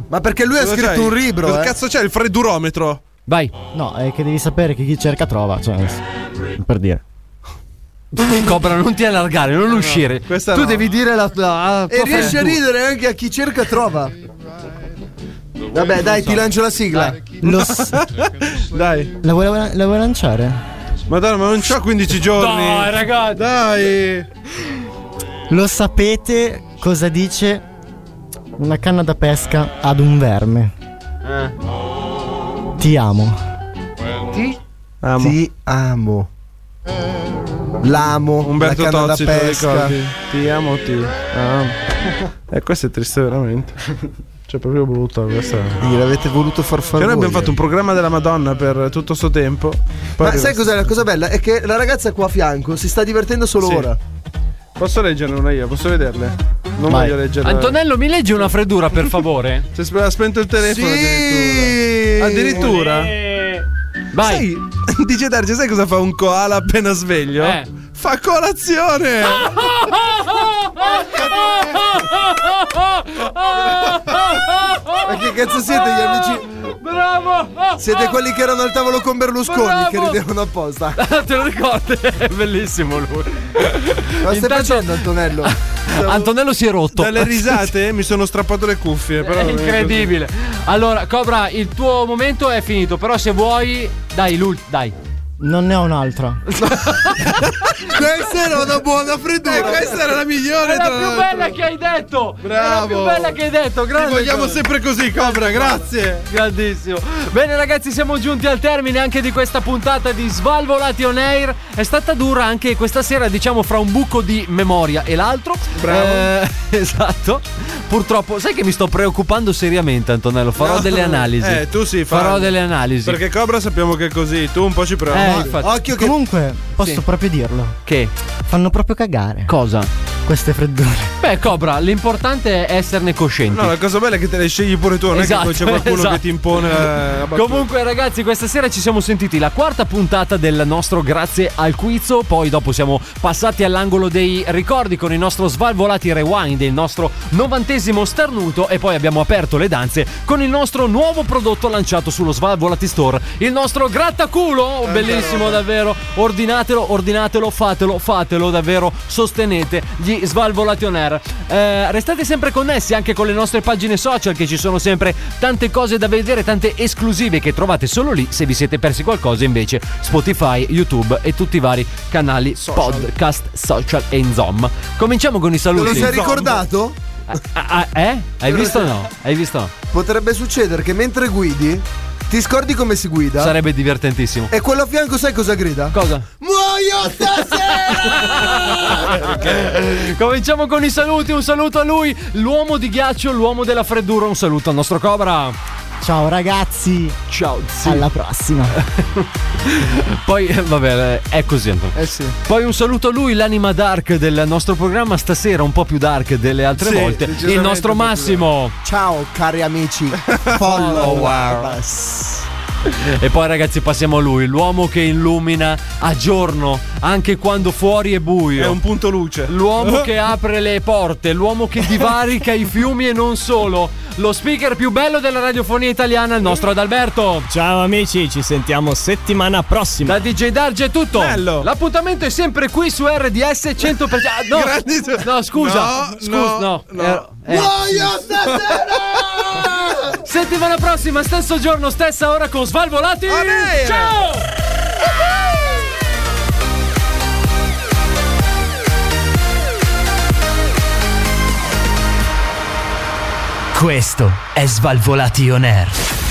Ma perché lui ha
Cosa
scritto
c'hai?
un libro,
Cosa
eh?
cazzo c'è? Il freddurometro.
Vai.
[LAUGHS]
No, è che devi sapere che chi cerca trova. Cioè, per dire.
Cobra, non ti allargare, non uscire.
questa
tu
no.
devi dire la tua.
E riesce
Eh.
a ridere anche a chi cerca trova. Vabbè, dai, ti lancio la sigla.
Lo s-
Dai.
La vuoi, la vuoi lanciare?
Madonna, ma non c'ho 15 giorni.
Dai, ragazzi.
Dai.
Lo sapete cosa dice una canna da pesca ad un verme? Ti amo.
Ti amo. Ti amo. L'amo.
Umberto
la canna
Tozzi,
da
te lo
pesca.
ricordi? Ti amo, ti amo. E questo è triste veramente. Cioè, proprio brutto questa.
L'avete voluto far
Cioè,
fare
noi
voi,
abbiamo fatto un programma della Madonna per tutto sto tempo. Poi
Ma
arriva-
sai cos'è la cosa bella? È che la ragazza qua a fianco si sta divertendo solo
Sì.
ora.
Posso leggerne una io? Posso vederle? Non
Vai.
voglio leggere.
Antonello, mi leggi una
[LAUGHS]
freddura, per favore?
Cioè, sp- ha spento il telefono. Addirittura. addirittura.
Vai. [LAUGHS]
Sai, [LAUGHS] dice Darge, sai cosa fa un koala appena sveglio?
Eh.
Fa colazione.
Ma che cazzo siete gli amici?
Bravo!
Siete quelli che erano al tavolo con Berlusconi
Ah. Bravo!
che ridevano apposta.
[LAUGHS] Te lo ricordi? È bellissimo lui.
Ma stai
Intanto-
facendo Antonello?
Antonello si è rotto.
[LAUGHS] Dalle risate mi sono strappato le cuffie. Però
È incredibile. Allora, Cobra, il tuo momento è finito, però se vuoi, dai, l'ult- dai.
Non ne ho un'altra.
Questa era una buona freddura.
questa era la migliore.
È la
tra
più
l'altro.
bella che hai detto. È la
Esatto. Bravo.
più bella che hai detto. Grande.
Ti vogliamo
Cobra.
sempre così, Cobra, grazie.
Grandissimo. Bene ragazzi, siamo giunti al termine anche di questa puntata di Svalvolati on Air. È stata dura anche questa sera, diciamo, fra un buco di memoria e l'altro.
Bravo.
Eh, [LAUGHS] esatto. Purtroppo, sai che mi sto preoccupando seriamente, Antonello. Farò
No.
delle analisi.
Eh, tu sì,
farò
falle.
delle analisi.
Perché Cobra sappiamo che è così, tu un po' ci provi.
Eh,
Ma-
infatti.
Occhio che
Comunque, posso
Sì.
proprio dirlo.
Che?
Fanno proprio cagare.
Cosa?
Queste freddure.
Beh, Cobra, l'importante è esserne coscienti.
No, la cosa bella è che te le scegli pure tu, non
Esatto,
è che poi c'è qualcuno
esatto.
che ti impone la, la battuta.
Comunque ragazzi, questa sera ci siamo sentiti la quarta puntata del nostro Grazie al Quizzo, poi dopo siamo passati all'angolo dei ricordi con il nostro Svalvolati Rewind, il nostro novantesimo starnuto e poi abbiamo aperto le danze con il nostro nuovo prodotto lanciato sullo Svalvolati Store, il nostro grattaculo, bellissimo davvero, ordinatelo, ordinatelo, fatelo, fatelo davvero, sostenete gli di Svalvolati On Air. Eh, restate sempre connessi anche con le nostre pagine social che ci sono sempre tante cose da vedere, tante esclusive che trovate solo lì se vi siete persi qualcosa invece Spotify, YouTube e tutti i vari canali podcast, social e insomma. Cominciamo con i saluti.
Te lo sei ricordato?
Ah, ah, eh? Hai visto o no? Hai visto o no?
Potrebbe succedere che mentre guidi, ti scordi come si guida.
Sarebbe divertentissimo.
E quello a fianco, sai cosa grida?
Cosa?
Muoio stasera!
Ok. Cominciamo con i saluti. Un saluto a lui, l'uomo di ghiaccio, l'uomo della freddura. Un saluto al nostro Cobra.
Ciao ragazzi.
Ciao.
Alla prossima.
Poi, eh, vabbè, eh, è così. Antonio.
Eh sì.
Poi un saluto a lui, l'anima dark del nostro programma. Stasera un po' più dark delle altre
Sì,
volte. Il
decisamente
nostro
un po' più
Massimo.
Ciao cari amici, follower.
Followers. E poi ragazzi passiamo a lui, l'uomo che illumina a giorno, anche quando fuori è buio.
È un punto luce.
L'uomo che apre le porte, l'uomo che divarica i fiumi e non solo. Lo speaker più bello della radiofonia italiana, il nostro Adalberto.
Ciao amici, ci sentiamo settimana prossima.
Da DJ Darge è tutto.
Bello.
L'appuntamento è sempre qui su RDS 100%. Ah, No, no scusa.
No,
scusa, no. Eh, eh.
Muoio stasera!
Settimana prossima, stesso giorno, stessa ora con Svalvolati.
bene!
Ciao!
Questo è Svalvolati On Air.